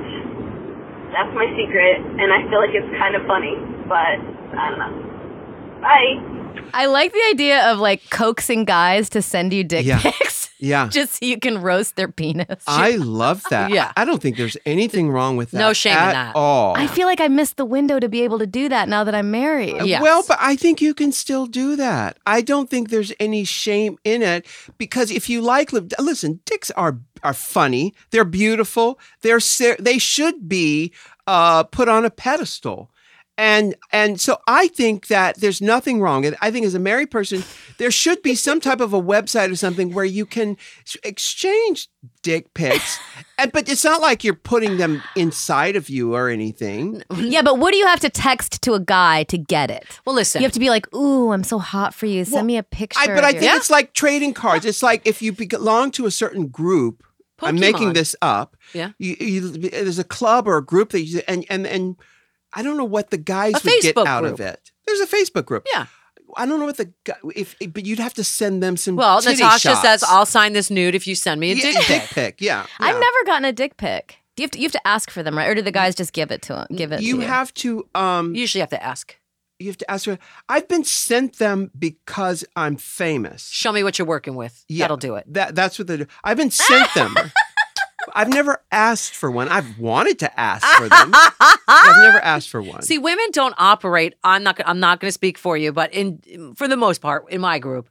Speaker 5: that's my secret, and I feel like it's kind of funny, but I don't know. Bye.
Speaker 3: I like the idea of like coaxing guys to send you dick
Speaker 1: Yeah.
Speaker 3: pics
Speaker 1: yeah.
Speaker 3: just so you can roast their penis.
Speaker 1: I love that.
Speaker 2: Yeah.
Speaker 1: I don't think there's anything wrong with that.
Speaker 2: No shame in
Speaker 1: at
Speaker 2: that.
Speaker 1: all.
Speaker 3: I feel like I missed the window to be able to do that now that I'm married.
Speaker 2: Yes.
Speaker 1: Well, but I think you can still do that. I don't think there's any shame in it because if you like, listen, dicks are are funny. They're beautiful. They're ser- they should be uh, put on a pedestal. And and so I think that there's nothing wrong. And I think as a married person, there should be some type of a website or something where you can s- exchange dick pics. and, but it's not like you're putting them inside of you or anything.
Speaker 3: Yeah, but what do you have to text to a guy to get it?
Speaker 2: Well, listen.
Speaker 3: You have to be like, "Ooh, I'm so hot for you. Send
Speaker 1: Well,
Speaker 3: me a picture."
Speaker 1: I, but
Speaker 3: of
Speaker 1: I
Speaker 3: your-"
Speaker 1: think it's like trading cards. It's like if you belong to a certain group. I'm making
Speaker 2: Pokemon.
Speaker 1: this up.
Speaker 2: Yeah.
Speaker 1: You, you, there's a club or a group that you and and and I don't know what the guys
Speaker 2: A
Speaker 1: would get
Speaker 2: Facebook
Speaker 1: out
Speaker 2: group.
Speaker 1: of it. There's a Facebook group.
Speaker 2: Yeah.
Speaker 1: I don't know what the guy if but you'd have to send them some.
Speaker 2: Well,
Speaker 1: titty
Speaker 2: Natasha
Speaker 1: shots.
Speaker 2: says I'll sign this nude if you send me a
Speaker 1: Yeah,
Speaker 2: dick pic.
Speaker 1: pic. Yeah.
Speaker 3: I've
Speaker 1: yeah.
Speaker 3: never gotten a dick pic. Do you have to you have to ask for them, right? Or do the guys just give it to him? Give it.
Speaker 1: You
Speaker 3: to you?
Speaker 1: have to um
Speaker 2: You
Speaker 1: you,
Speaker 2: usually have to ask.
Speaker 1: have to ask her. I've been sent them because I'm famous.
Speaker 2: Show me what you're working with.
Speaker 1: Yeah.
Speaker 2: That'll do it.
Speaker 1: That that's what they do. I've been sent them. I've never asked for one. I've wanted to ask for them. I've never asked for one.
Speaker 2: See, women don't operate. I'm not. I'm not going to speak for you, but in for the most part, in my group,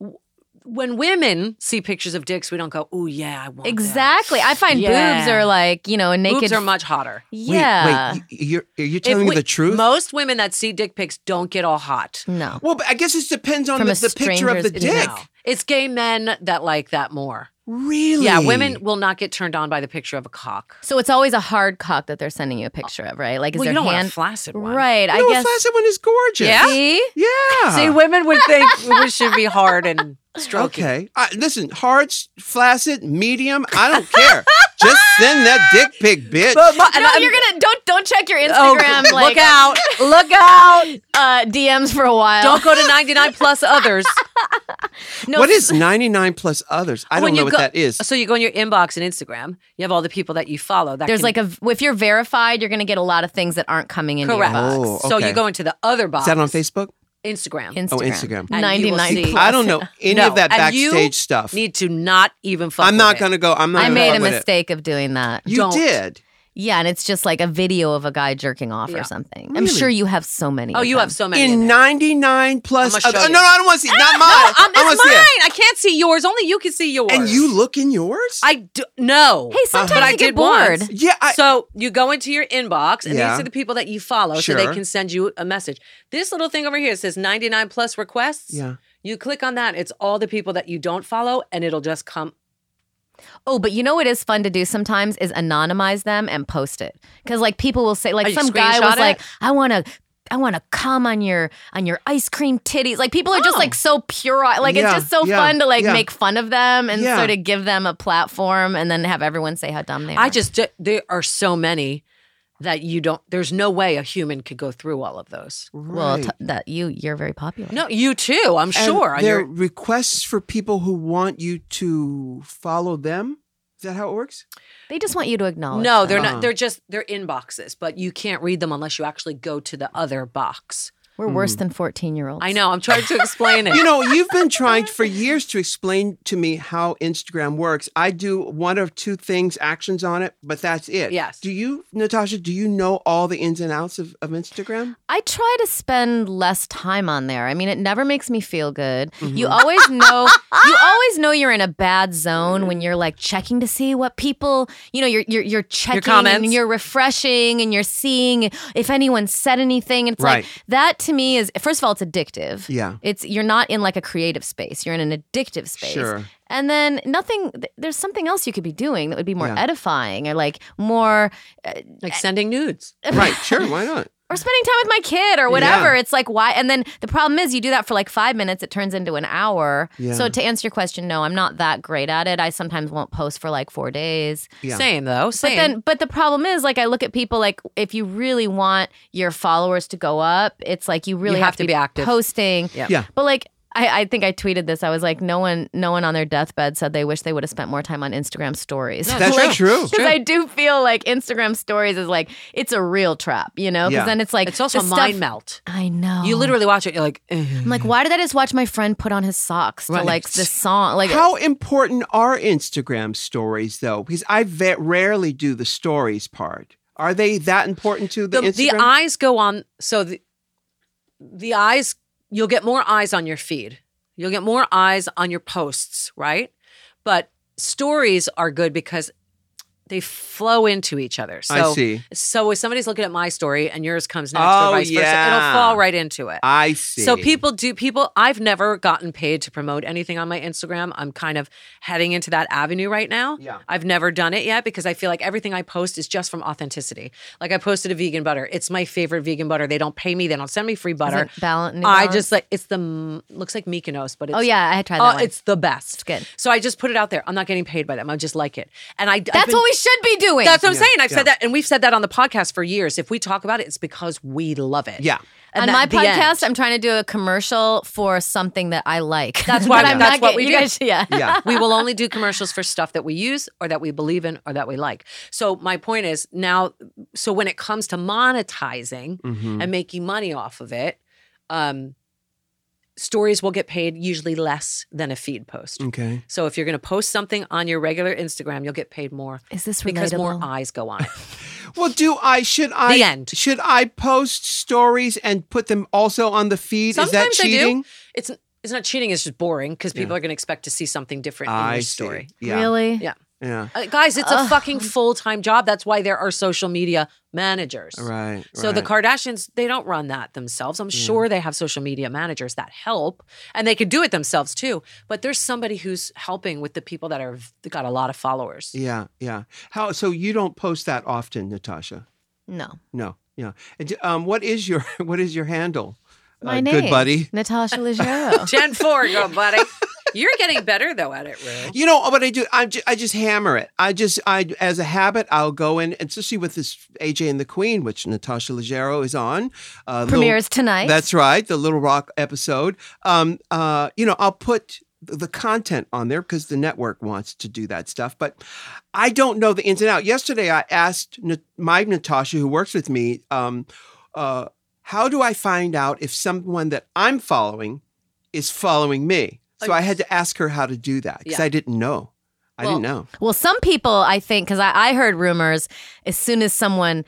Speaker 2: w- when women see pictures of dicks, we don't go, "Oh yeah, I want that."
Speaker 3: Exactly. I find
Speaker 2: Yeah.
Speaker 3: boobs are like you know a naked.
Speaker 2: Boobs are much hotter.
Speaker 1: Wait,
Speaker 3: yeah.
Speaker 1: Wait, you, are are you telling
Speaker 2: If
Speaker 1: me
Speaker 2: we-
Speaker 1: the truth?
Speaker 2: Most women that see dick pics don't get all hot.
Speaker 3: no.
Speaker 1: well, but I guess it depends on
Speaker 3: From
Speaker 1: the,
Speaker 3: a
Speaker 1: the picture of the
Speaker 3: stranger's-
Speaker 1: dick.
Speaker 2: No. It's gay men that like that more.
Speaker 1: Really?
Speaker 2: Yeah, women will not get turned on by the picture of a cock.
Speaker 3: So it's always a hard cock that they're sending you a picture of, right? Like is
Speaker 2: well,
Speaker 3: their
Speaker 2: you don't want a
Speaker 3: hand
Speaker 2: flaccid one,
Speaker 3: right?
Speaker 1: No,
Speaker 3: I
Speaker 1: a
Speaker 3: guess.
Speaker 1: flaccid one is gorgeous.
Speaker 2: Yeah?
Speaker 3: See?
Speaker 1: Yeah.
Speaker 2: See, women would think it should be hard and stroking.
Speaker 1: okay. I, listen, hard, s- flaccid, medium. I don't care. Just send that dick pic, bitch.
Speaker 2: But my- and
Speaker 3: no,
Speaker 2: I'm-
Speaker 3: you're gonna don't don't check your
Speaker 2: Oh,
Speaker 3: Instagram
Speaker 2: look
Speaker 3: like
Speaker 2: out! Look out!
Speaker 3: uh, DMs for a while.
Speaker 2: Don't go to 99 plus others.
Speaker 3: no,
Speaker 1: what is 99 plus others? I don't know what that is.
Speaker 2: So you go in your inbox and Instagram. You have all the people that you follow. That
Speaker 3: There's
Speaker 2: can-
Speaker 3: like a if you're verified, you're gonna get a lot of things that aren't coming into
Speaker 2: correct.
Speaker 3: your
Speaker 1: Oh,
Speaker 2: So
Speaker 1: okay.
Speaker 2: you go into the other box.
Speaker 1: Is that on Facebook?
Speaker 2: Instagram.
Speaker 3: Instagram.
Speaker 1: Oh, Instagram.
Speaker 2: And you will
Speaker 3: 99
Speaker 2: see-
Speaker 3: plus.
Speaker 1: I don't know any
Speaker 2: No,
Speaker 1: of that
Speaker 2: and you
Speaker 1: backstage stuff.
Speaker 2: Need to not even fuck.
Speaker 1: I'm not
Speaker 2: with it.
Speaker 1: going to go. I'm not
Speaker 3: I
Speaker 1: gonna
Speaker 3: made
Speaker 1: fuck
Speaker 3: a
Speaker 1: with it.
Speaker 3: mistake of doing that.
Speaker 1: You
Speaker 2: Don't.
Speaker 1: did.
Speaker 3: Yeah, and it's just like a video of a guy jerking off
Speaker 2: Yeah.
Speaker 3: or something. I'm sure you have so many.
Speaker 2: Oh,
Speaker 3: of
Speaker 2: you
Speaker 3: them.
Speaker 2: have so many.
Speaker 1: In
Speaker 2: there.
Speaker 1: 99 plus.
Speaker 2: I'ma show
Speaker 1: oth-
Speaker 2: you.
Speaker 1: no, no, I don't want to see. Not mine.
Speaker 2: I'm,
Speaker 1: I
Speaker 2: that's
Speaker 1: want to see
Speaker 2: Um, mine.
Speaker 1: it.
Speaker 2: I can't see yours. Only you can see yours.
Speaker 1: And you look in yours?
Speaker 2: I do no.
Speaker 3: Hey, sometimes
Speaker 2: but I
Speaker 3: you get
Speaker 2: did
Speaker 3: bored.
Speaker 2: once.
Speaker 1: yeah. I,
Speaker 2: so you go into your inbox, and
Speaker 1: Yeah.
Speaker 2: these are the people that you follow, so
Speaker 1: Sure.
Speaker 2: they can send you a message. This little thing over here says 99 plus requests.
Speaker 1: yeah.
Speaker 2: You click on that, it's all the people that you don't follow, and it'll just come.
Speaker 3: Oh, but you know what is fun to do sometimes is anonymize them and post it because like people will say like
Speaker 2: Oh, you
Speaker 3: some guy
Speaker 2: screenshot
Speaker 3: was
Speaker 2: it?
Speaker 3: like I want to. I want to come on your on your ice cream titties. Like people are just
Speaker 2: Oh.
Speaker 3: like so pure. Like
Speaker 1: Yeah,
Speaker 3: it's just so
Speaker 1: yeah,
Speaker 3: fun to like
Speaker 1: yeah.
Speaker 3: make fun of them and
Speaker 1: Yeah.
Speaker 3: sort of give them a platform and then have everyone say how dumb they are.
Speaker 2: I just there are so many that you don't. There's no way a human could go through all of those.
Speaker 3: well
Speaker 1: Right.
Speaker 3: t- that you you're very popular.
Speaker 2: No, you too. I'm
Speaker 1: And
Speaker 2: sure.
Speaker 1: There are
Speaker 2: You're-
Speaker 1: requests for people who want you to follow them. Is that how it works?
Speaker 3: they just want you to acknowledge.
Speaker 2: no,
Speaker 3: them.
Speaker 2: they're
Speaker 1: Uh-huh.
Speaker 2: not. They're just they're inboxes, but you can't read them unless you actually go to the other box.
Speaker 3: We're worse than fourteen year olds.
Speaker 2: Mm. I know. I'm trying to explain it.
Speaker 1: You know, you've been trying for years to explain to me how Instagram works. I do one or two things, actions on it, but that's it.
Speaker 2: Yes.
Speaker 1: Do you, Natasha, do you know all the ins and outs of, of Instagram?
Speaker 3: I try to spend less time on there. I mean, it never makes me feel good.
Speaker 1: Mm-hmm.
Speaker 3: You always know you always know you're in a bad zone when you're like checking to see what people, you know, you're you're, you're checking
Speaker 2: comments.
Speaker 3: and you're refreshing and you're seeing if anyone said anything. And it's
Speaker 1: Right.
Speaker 3: like that to me is first of all, it's addictive.
Speaker 1: Yeah.
Speaker 3: It's you're not in like a creative space. You're in an addictive space.
Speaker 1: Sure.
Speaker 3: And then nothing th- there's something else you could be doing that would be more
Speaker 1: Yeah.
Speaker 3: edifying or like more
Speaker 2: like sending nudes.
Speaker 1: right. Sure. Why not?
Speaker 3: or spending time with my kid or whatever. It's like why? And then the problem is you do that for like five minutes, it turns into an hour.
Speaker 1: Yeah.
Speaker 3: So to answer your question, no, I'm not that great at it. I sometimes won't post for like four days.
Speaker 1: Yeah.
Speaker 2: Same though.
Speaker 3: But
Speaker 2: Same.
Speaker 3: then, but the problem is, like, I look at people like, if you really want your followers to go up, it's like you really
Speaker 2: have to be active.
Speaker 3: posting.
Speaker 2: Yep.
Speaker 1: Yeah.
Speaker 3: But like, I, I think I tweeted this. I was like, no one, no one on their deathbed said they wish they would have spent more time on Instagram stories.
Speaker 1: That's
Speaker 3: Like,
Speaker 1: true.
Speaker 3: because I do feel like Instagram stories is like it's a real trap, you know? Because
Speaker 1: Yeah.
Speaker 3: then it's like
Speaker 2: it's also
Speaker 3: the
Speaker 2: a
Speaker 3: stuff-
Speaker 2: mind melt.
Speaker 3: I know.
Speaker 1: Oh.
Speaker 2: You literally watch it. You're like, "Ugh."
Speaker 1: Mm-hmm.
Speaker 3: I'm like, why did I just watch my friend put on his socks to
Speaker 2: Right.
Speaker 3: like this song? Like,
Speaker 1: How important are Instagram stories, though? Because I ve- rarely do the stories part. Are they that important to the,
Speaker 2: the, the
Speaker 1: Instagram?
Speaker 2: eyes go on so the the eyes you'll get more eyes on your feed you'll get more eyes on your posts right but stories are good because they flow into each other so
Speaker 1: I see.
Speaker 2: so if somebody's looking at my story and yours comes next
Speaker 1: Oh,
Speaker 2: or vice versa
Speaker 1: yeah.
Speaker 2: it'll fall right into it
Speaker 1: I see.
Speaker 2: so people do people I've never gotten paid to promote anything on my Instagram. I'm kind of heading into that avenue right now.
Speaker 1: Yeah.
Speaker 2: I've never done it yet because I feel like everything I post is just from authenticity. Like I posted a vegan butter. It's my favorite vegan butter. They don't pay me, they don't send me free butter.
Speaker 3: balance,
Speaker 2: I just like it's the m- looks like Mykonos, but it's
Speaker 3: Oh yeah, I had tried that.
Speaker 2: Oh,
Speaker 3: one.
Speaker 2: it's the best. It's
Speaker 3: good.
Speaker 2: So I just put it out there. I'm not getting paid by them. I just like it. And I
Speaker 3: that's what we should be doing.
Speaker 2: That's what I'm saying. I've
Speaker 1: yeah.
Speaker 2: said that and we've said that on the podcast for years. If we talk about it, it's because we love it.
Speaker 1: yeah.
Speaker 3: on
Speaker 2: and
Speaker 3: my
Speaker 2: that- the end.
Speaker 3: podcast, I'm trying to do a commercial for something that I like.
Speaker 2: That's why-
Speaker 3: But I'm
Speaker 2: that's
Speaker 3: not
Speaker 2: what
Speaker 3: get-
Speaker 2: we
Speaker 3: you
Speaker 2: do.
Speaker 3: guys- yeah.
Speaker 1: Yeah.
Speaker 2: we will only do commercials for stuff that we use or that we believe in or that we like. So my point is now so when it comes to monetizing
Speaker 1: Mhm.
Speaker 2: and making money off of it, um stories will get paid usually less than a feed post.
Speaker 1: Okay.
Speaker 2: So if you're going to post something on your regular Instagram, you'll get paid more
Speaker 3: Is this
Speaker 2: because more
Speaker 3: relatable?
Speaker 2: eyes go on it.
Speaker 1: Well, do I should I
Speaker 2: The end.
Speaker 1: should I post stories and put them also on the feed? Is that
Speaker 2: Sometimes I do.
Speaker 1: cheating?
Speaker 2: It's it's not cheating, it's just boring because people are going to expect to see something different in your
Speaker 1: see.
Speaker 2: story.
Speaker 1: Yeah.
Speaker 3: Really?
Speaker 2: Yeah.
Speaker 1: Yeah.
Speaker 2: Uh, guys, it's a
Speaker 3: Ugh.
Speaker 2: fucking full-time job. That's why there are social media managers.
Speaker 1: Right. Mm.
Speaker 2: So the Kardashians, they don't run that themselves. I'm sure they have social media managers that help, and they could do it themselves too. But there's somebody who's helping with the people that are that got a lot of followers.
Speaker 1: Yeah. Yeah. How? So you don't post that often, Natasha?
Speaker 3: No.
Speaker 1: No. Yeah. And, um, what is your What is your handle?
Speaker 3: My
Speaker 1: uh,
Speaker 3: name.
Speaker 1: Good buddy.
Speaker 3: Natasha Leggero.
Speaker 2: Gen four, go buddy. You're getting better though at it, Rue.
Speaker 1: You know what I do? I just, I just hammer it. I just, I as a habit, I'll go in, especially with this AJ and the Queen, which Natasha Leggero is on. Uh, the
Speaker 3: Premieres tonight.
Speaker 1: That's right, the Little Rock episode. Um, uh, you know, I'll put th- the content on there because the network wants to do that stuff, but I don't know the ins and out. Yesterday, I asked N- my Natasha, who works with me, um, uh, how do I find out if someone that I'm following is following me? So I had to ask her how to do that because
Speaker 2: Oh, Yeah.
Speaker 1: I didn't know. I didn't know.
Speaker 3: Well, some people, I think, because I, I heard rumors as soon as someone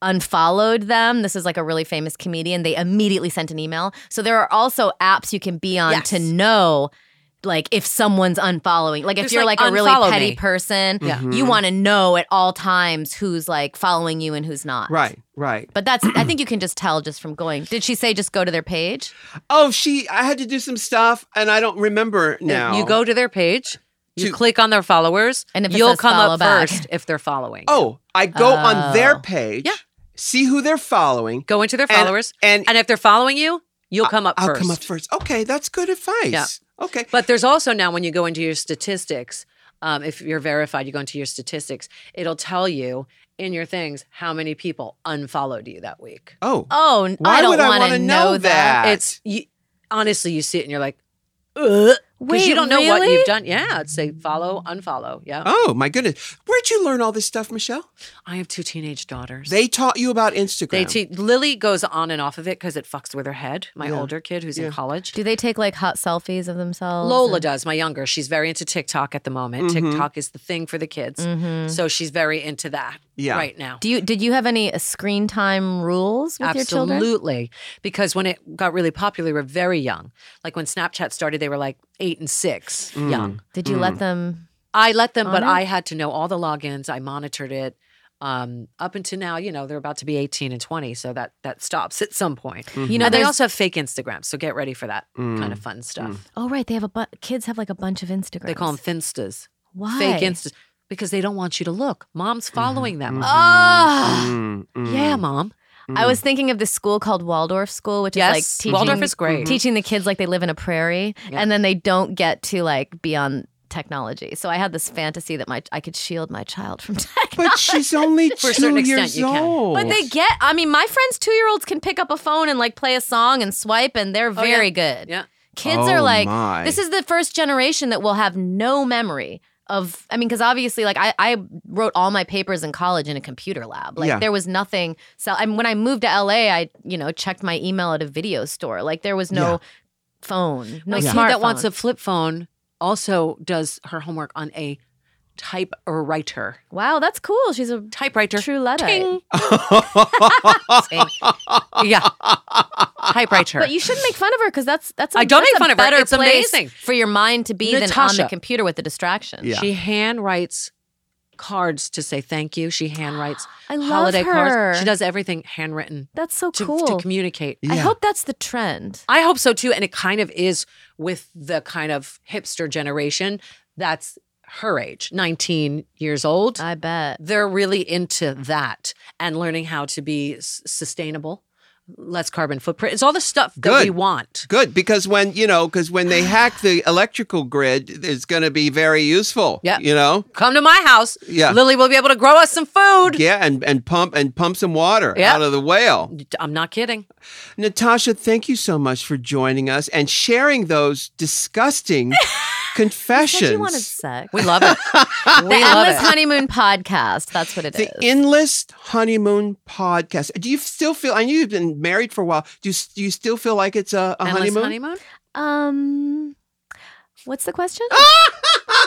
Speaker 3: unfollowed them, this is like a really famous comedian, they immediately sent an email. So there are also apps you can be on
Speaker 2: Yes.
Speaker 3: to know. Like if someone's unfollowing, like if
Speaker 2: There's,
Speaker 3: you're
Speaker 2: like,
Speaker 3: like, a really
Speaker 2: unfollow
Speaker 3: petty
Speaker 2: me.
Speaker 3: person,
Speaker 2: Yeah.
Speaker 1: Mm-hmm.
Speaker 3: you want to know at all times who's like following you and who's not.
Speaker 1: Right, right.
Speaker 3: But that's I think you can just tell just from going. Did she say just go to their page?
Speaker 1: Oh, she. I had to do some stuff, and I don't remember now.
Speaker 2: You go to their page, you
Speaker 1: To-
Speaker 2: click on their followers,
Speaker 3: And if it
Speaker 2: you'll
Speaker 3: says
Speaker 2: come
Speaker 3: follow
Speaker 2: up
Speaker 3: back.
Speaker 2: first if they're following.
Speaker 1: Oh, I go on
Speaker 3: Oh.
Speaker 1: their page.
Speaker 2: Yeah.
Speaker 1: See who they're following.
Speaker 2: Go into their
Speaker 1: and-
Speaker 2: followers,
Speaker 1: and,
Speaker 2: and, if they're following you, you'll come up
Speaker 1: I'll
Speaker 2: first.
Speaker 1: come up first. Okay, that's good advice.
Speaker 2: Yeah.
Speaker 1: Okay.
Speaker 2: But there's also now when you go into your statistics, um, if you're verified, you go into your statistics, it'll tell you in your things how many people unfollowed you that week.
Speaker 1: Oh,
Speaker 3: Oh, n-
Speaker 1: why
Speaker 3: I don't
Speaker 1: would I
Speaker 3: want
Speaker 1: wanna
Speaker 3: to
Speaker 1: know that?
Speaker 2: It's you, honestly, you see it and you're like, because
Speaker 3: Wait,
Speaker 2: you don't know what
Speaker 3: really?
Speaker 2: you've done. Yeah, it's say follow, unfollow. Yeah,
Speaker 1: oh my goodness. Where'd you learn all this stuff, Michelle?
Speaker 2: I have two teenage daughters.
Speaker 1: They taught you about Instagram.
Speaker 2: They te- Lily goes on and off of it because it fucks with her head. My
Speaker 1: Yeah.
Speaker 2: older kid who's
Speaker 1: Yeah.
Speaker 2: in college.
Speaker 3: Do they take like hot selfies of themselves?
Speaker 2: Lola does, my younger. She's very into TikTok at the moment.
Speaker 1: Mhm.
Speaker 2: TikTok is the thing for the kids.
Speaker 3: Mm-hmm.
Speaker 2: So she's very into that
Speaker 1: Yeah.
Speaker 2: right now.
Speaker 3: Do you did you have any uh, screen time rules with your children?
Speaker 2: Absolutely. Because when it got really popular, they were very young. Like when Snapchat started, they were like eight and six
Speaker 1: Mm.
Speaker 2: young.
Speaker 3: Did you let them?
Speaker 2: I let them,
Speaker 3: On
Speaker 2: but
Speaker 3: it?
Speaker 2: I had to know all the logins. I monitored it. Um, up until now, you know, they're about to be 18 and 20, so that that stops at some point.
Speaker 3: You know,
Speaker 2: and they
Speaker 3: there's-
Speaker 2: also have fake Instagrams, so get ready for that
Speaker 1: Mm-hmm. Mm.
Speaker 2: kind of fun stuff.
Speaker 3: Oh right, they have a bu- kids have like a bunch of Instagrams.
Speaker 2: They call them finstas,
Speaker 3: Why?
Speaker 2: fake instas, because they don't want you to look. Mom's following them. Oh,
Speaker 1: Mhm.
Speaker 3: Ah.
Speaker 1: Mm, mm,
Speaker 2: Yeah, mom.
Speaker 3: I
Speaker 1: mm.
Speaker 3: was thinking of this school called Waldorf School, which
Speaker 2: yes,
Speaker 3: is like teaching
Speaker 2: Waldorf is great.
Speaker 3: teaching the kids like they live in a prairie,
Speaker 2: Yeah.
Speaker 3: and then they don't get to like be on technology. So I had this fantasy that my I could shield my child from tech.
Speaker 1: But she's only two
Speaker 2: For a certain extent,
Speaker 1: years
Speaker 2: you can.
Speaker 1: old.
Speaker 3: But they get. I mean, my friends, two year olds can pick up a phone and like play a song and swipe, and they're
Speaker 2: Oh, yeah.
Speaker 3: very good.
Speaker 2: Yeah.
Speaker 3: Kids
Speaker 1: Oh,
Speaker 3: are like,
Speaker 1: my.
Speaker 3: this is the first generation that will have no memory of. I mean, because obviously, like I, I wrote all my papers in college in a computer lab. Like
Speaker 1: Yeah.
Speaker 3: there was nothing. So I mean, when I moved to LA, I you know checked my email at a video store. Like there was no
Speaker 1: Yeah.
Speaker 3: phone, no
Speaker 2: My kid
Speaker 3: smartphone.
Speaker 2: that wants a flip phone also does her homework on a typewriter.
Speaker 3: wow, that's cool. She's a
Speaker 2: Typewriter.
Speaker 3: true Luddite.
Speaker 2: Ting. yeah. Typewriter.
Speaker 3: But you shouldn't make fun of her because that's that's. A,
Speaker 2: I don't
Speaker 3: that's
Speaker 2: make
Speaker 3: a
Speaker 2: fun of her.
Speaker 3: better
Speaker 2: It's
Speaker 3: place
Speaker 2: amazing.
Speaker 3: for your mind to be than on the
Speaker 2: Natasha.
Speaker 3: computer with the distraction.
Speaker 1: Yeah.
Speaker 2: She handwrites cards to say thank you. She handwrites
Speaker 3: I love
Speaker 2: holiday
Speaker 3: her.
Speaker 2: cards. She does everything handwritten
Speaker 3: That's so
Speaker 2: to,
Speaker 3: cool.
Speaker 2: to communicate.
Speaker 3: I
Speaker 1: Yeah.
Speaker 3: hope that's the trend.
Speaker 2: I hope so too. And it kind of is with the kind of hipster generation that's her age, 19 years old.
Speaker 3: I bet.
Speaker 2: they're really into that and learning how to be s- sustainable, less carbon footprint. It's all the stuff that we
Speaker 1: Good.
Speaker 2: want.
Speaker 1: Good because when you know, because when they hack the electrical grid, it's going to be very useful.
Speaker 2: Yeah.
Speaker 1: you know,
Speaker 2: Come to my house.
Speaker 1: Yeah.
Speaker 2: Lily will be able to grow us some food.
Speaker 1: yeah, and and pump and pump some water
Speaker 2: Yeah.
Speaker 1: out of the whale.
Speaker 2: I'm not kidding.
Speaker 1: Natasha, thank you so much for joining us and sharing those disgusting confessions.
Speaker 3: Said you wanted sex.
Speaker 2: We love it.
Speaker 3: the
Speaker 2: we love
Speaker 3: Endless
Speaker 2: it.
Speaker 3: Honeymoon podcast. That's what it is.
Speaker 1: the endless honeymoon podcast. Do you still feel? I knew you've been married for a while. Do you, do you still feel like it's a, a
Speaker 2: Endless honeymoon?
Speaker 1: honeymoon?
Speaker 3: um, what's the question?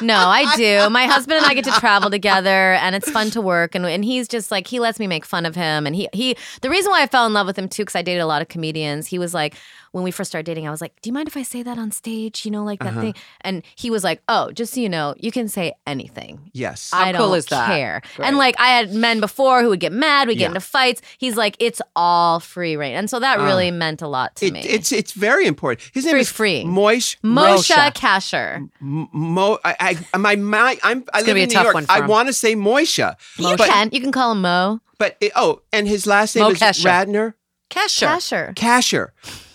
Speaker 3: no, I do. My husband and I get to travel together, and it's fun to work. And, and he's just like he lets me make fun of him. And he he the reason why I fell in love with him too, because I dated a lot of comedians. He was like when we first started dating, I was like, "Do you mind if I say that on stage? You know, like that
Speaker 1: Uh-huh.
Speaker 3: thing." And he was like, "Oh, just so you know, you can say anything.
Speaker 1: Yes.
Speaker 2: How
Speaker 3: I don't
Speaker 2: cool is that?
Speaker 3: care.
Speaker 2: Great.
Speaker 3: And like I had men before who would get mad, we would
Speaker 1: Yeah.
Speaker 3: get into fights. He's like, it's all free reign, and so that
Speaker 1: Ah.
Speaker 3: really meant a lot to
Speaker 1: It,
Speaker 3: me.
Speaker 1: it's it's very important. His name
Speaker 3: Very
Speaker 1: is
Speaker 3: freeing.
Speaker 1: Moish
Speaker 3: Moshe
Speaker 2: Moshe.
Speaker 3: Kasher.
Speaker 1: M- Mo, I, I, my, my, I'm, I live
Speaker 2: It's gonna be
Speaker 1: in
Speaker 2: a
Speaker 1: New
Speaker 2: tough
Speaker 1: York.
Speaker 2: one for
Speaker 1: I
Speaker 2: him.
Speaker 1: want to say Moisha,
Speaker 3: You
Speaker 1: But-
Speaker 3: can you can call him Mo
Speaker 1: but it, oh, and his last name
Speaker 2: Mo
Speaker 1: is
Speaker 2: Kesha.
Speaker 1: Radner
Speaker 2: Kesher.
Speaker 3: Kasher.
Speaker 1: Kasher.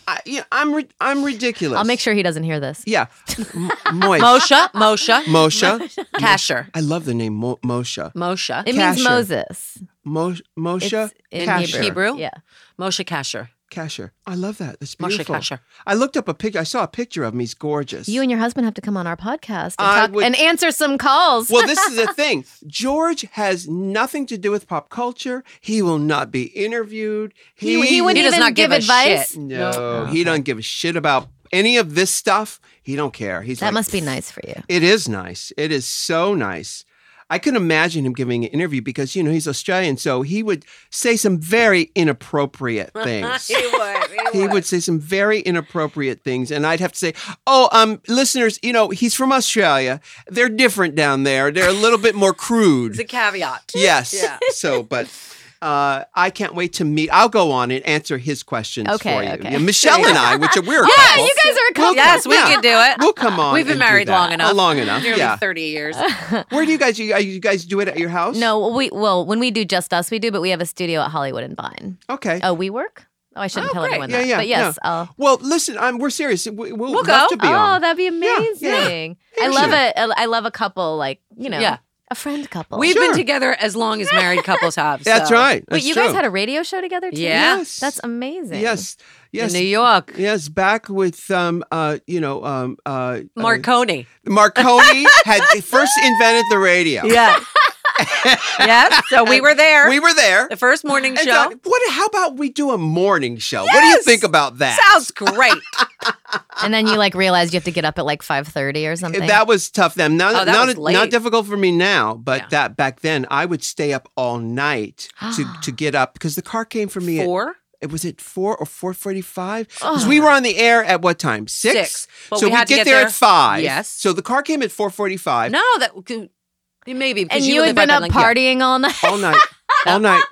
Speaker 1: I, you know, I'm ri- I'm ridiculous.
Speaker 3: I'll make sure he doesn't hear this.
Speaker 1: Yeah, M- Moish,
Speaker 2: Moshe, Moshe,
Speaker 1: Moshe.
Speaker 2: Kasher,
Speaker 1: I love the name Mo- Moshe.
Speaker 2: Moshe,
Speaker 3: It
Speaker 1: Kasher.
Speaker 3: means Moses.
Speaker 1: Mo- Moshe
Speaker 3: It's in
Speaker 1: Kasher.
Speaker 2: Hebrew.
Speaker 3: Yeah.
Speaker 2: Moshe Kasher,
Speaker 1: Kasher. I love that. That's
Speaker 2: Moshe
Speaker 1: beautiful.
Speaker 2: Kasher.
Speaker 1: I looked up a picture. I saw a picture of him. He's gorgeous.
Speaker 3: You and your husband have to come on our podcast and,
Speaker 1: I
Speaker 3: talk,
Speaker 1: would-
Speaker 3: and answer some calls.
Speaker 1: well, this is the thing. George has nothing to do with pop culture. He will not be interviewed.
Speaker 3: He- he wouldn't
Speaker 2: He does
Speaker 3: even
Speaker 2: not give
Speaker 3: give
Speaker 2: a
Speaker 3: advice?
Speaker 2: shit.
Speaker 1: No, he don't give a shit about any of this stuff. He don't care. He's
Speaker 3: that
Speaker 1: like,
Speaker 3: must be nice for you.
Speaker 1: It is nice. It is so nice. I could imagine him giving an interview because you know he's Australian, so he would say some very inappropriate things. He would say some very inappropriate things, and I'd have to say, "Oh, um, listeners, you know, he's from Australia. They're different down there. They're a little bit more crude."
Speaker 2: It's a caveat.
Speaker 1: yes.
Speaker 2: Yeah.
Speaker 1: So, but uh, I can't wait to meet. I'll go on and answer his questions
Speaker 3: Okay,
Speaker 1: for you.
Speaker 3: okay.
Speaker 1: Yeah, Michelle and I, which are we're a
Speaker 3: Yeah,
Speaker 1: couple,
Speaker 3: you guys are a couple.
Speaker 2: Yes, we
Speaker 1: Yeah.
Speaker 2: can do it.
Speaker 1: we'll come on.
Speaker 2: We've been
Speaker 1: and do
Speaker 2: married
Speaker 1: that.
Speaker 2: long enough.
Speaker 1: Uh, long enough.
Speaker 2: Nearly
Speaker 1: yeah.
Speaker 2: thirty years.
Speaker 1: Where do you guys? You, uh, you guys do it at your house?
Speaker 3: No, we well, when we do just us, we do, but we have a studio at Hollywood and Vine.
Speaker 1: Okay.
Speaker 3: Oh, we work. Oh, I shouldn't
Speaker 2: Oh,
Speaker 3: tell
Speaker 2: great.
Speaker 3: everyone
Speaker 1: Yeah,
Speaker 3: that.
Speaker 1: yeah,
Speaker 3: but yes,
Speaker 1: yeah.
Speaker 3: I'll.
Speaker 1: Well, listen, I'm, we're serious. We, we'll
Speaker 2: We'll
Speaker 1: love
Speaker 2: go.
Speaker 1: to be
Speaker 3: oh,
Speaker 1: on.
Speaker 3: that'd be
Speaker 1: yeah.
Speaker 3: amazing. I
Speaker 1: Thank
Speaker 3: love
Speaker 1: you.
Speaker 3: a, a I love a couple like you know
Speaker 2: Yeah.
Speaker 3: a friend couple.
Speaker 2: We've
Speaker 1: Sure.
Speaker 2: been together as long as married couples have.
Speaker 1: That's
Speaker 2: so.
Speaker 1: right.
Speaker 3: Wait,
Speaker 1: That's
Speaker 3: you
Speaker 1: true.
Speaker 3: guys had a radio show together too?
Speaker 2: Yeah.
Speaker 1: Yes.
Speaker 3: That's amazing.
Speaker 1: yes, yes,
Speaker 2: In New York,
Speaker 1: yes. Back with um, uh, you know, um, uh, uh,
Speaker 2: Marconi.
Speaker 1: Marconi had first invented the radio.
Speaker 2: Yeah. yes. So we were there.
Speaker 1: we were there.
Speaker 2: the first morning
Speaker 1: And
Speaker 2: show.
Speaker 1: thought, what? How about we do a morning show? What do you
Speaker 2: Yes!
Speaker 1: think about that?
Speaker 2: Sounds great.
Speaker 3: And then you like realize you have to get up at like five thirty or something.
Speaker 1: That was tough then. Not,
Speaker 2: Oh, that
Speaker 1: not,
Speaker 2: was late.
Speaker 1: not difficult for me now, but
Speaker 2: Yeah.
Speaker 1: that back then I would stay up all night to, to get up because the car came for me at
Speaker 2: Four,
Speaker 1: it was it four or four forty five? Because we were on the air at what time? Six.
Speaker 2: six. But
Speaker 1: so
Speaker 2: we had to
Speaker 1: get,
Speaker 2: get
Speaker 1: there,
Speaker 2: there-
Speaker 1: at five.
Speaker 2: Yes.
Speaker 1: So the car came at four forty five.
Speaker 2: No, that maybe. because
Speaker 3: and you, had
Speaker 2: live right
Speaker 3: been
Speaker 2: by
Speaker 3: up
Speaker 2: Lincoln.
Speaker 3: partying all night.
Speaker 1: All night. all night.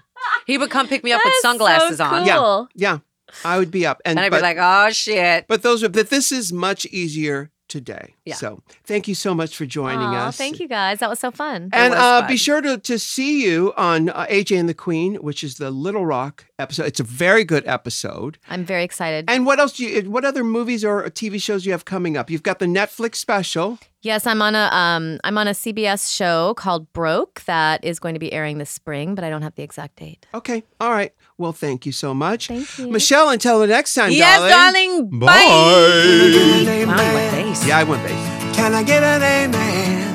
Speaker 2: He would come pick me up with
Speaker 3: That's so
Speaker 2: sunglasses on,
Speaker 1: Yeah.
Speaker 3: cool.
Speaker 1: Yeah. I would be up. And,
Speaker 2: and I'd
Speaker 1: but,
Speaker 2: be like, "Oh shit."
Speaker 1: but those are but this is much easier today.
Speaker 2: Yeah.
Speaker 1: So thank you so much for joining
Speaker 3: Aw,
Speaker 1: us.
Speaker 3: Thank you guys. That was so fun.
Speaker 1: And
Speaker 2: was
Speaker 1: uh,
Speaker 2: fun.
Speaker 1: be sure to, to see you on uh, AJ and the Queen, which is the Little Rock episode. It's a very good episode.
Speaker 3: I'm very excited.
Speaker 1: And what else do you? What other movies or TV shows do you have coming up? You've got the Netflix special.
Speaker 3: Yes, I'm on a um I'm on a CBS show called Broke that is going to be airing this spring, but I don't have the exact date.
Speaker 1: Okay. All right. Well, thank you so much.
Speaker 3: Thank you.
Speaker 1: Michelle, until the next time,
Speaker 2: yes,
Speaker 1: darling.
Speaker 2: darling. Bye.
Speaker 1: Bye.
Speaker 2: Wow, my face.
Speaker 1: Yeah, I went bass.
Speaker 6: Can I get an amen?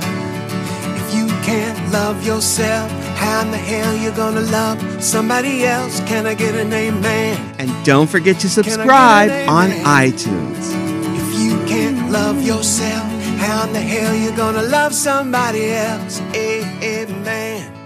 Speaker 6: If you can't love yourself, how in the hell you gonna love somebody else? Can I get an amen?
Speaker 1: And don't forget to
Speaker 6: get an
Speaker 1: subscribe on
Speaker 6: amen?
Speaker 1: iTunes.
Speaker 6: If you can't love yourself, how in the hell you gonna love somebody else? Amen.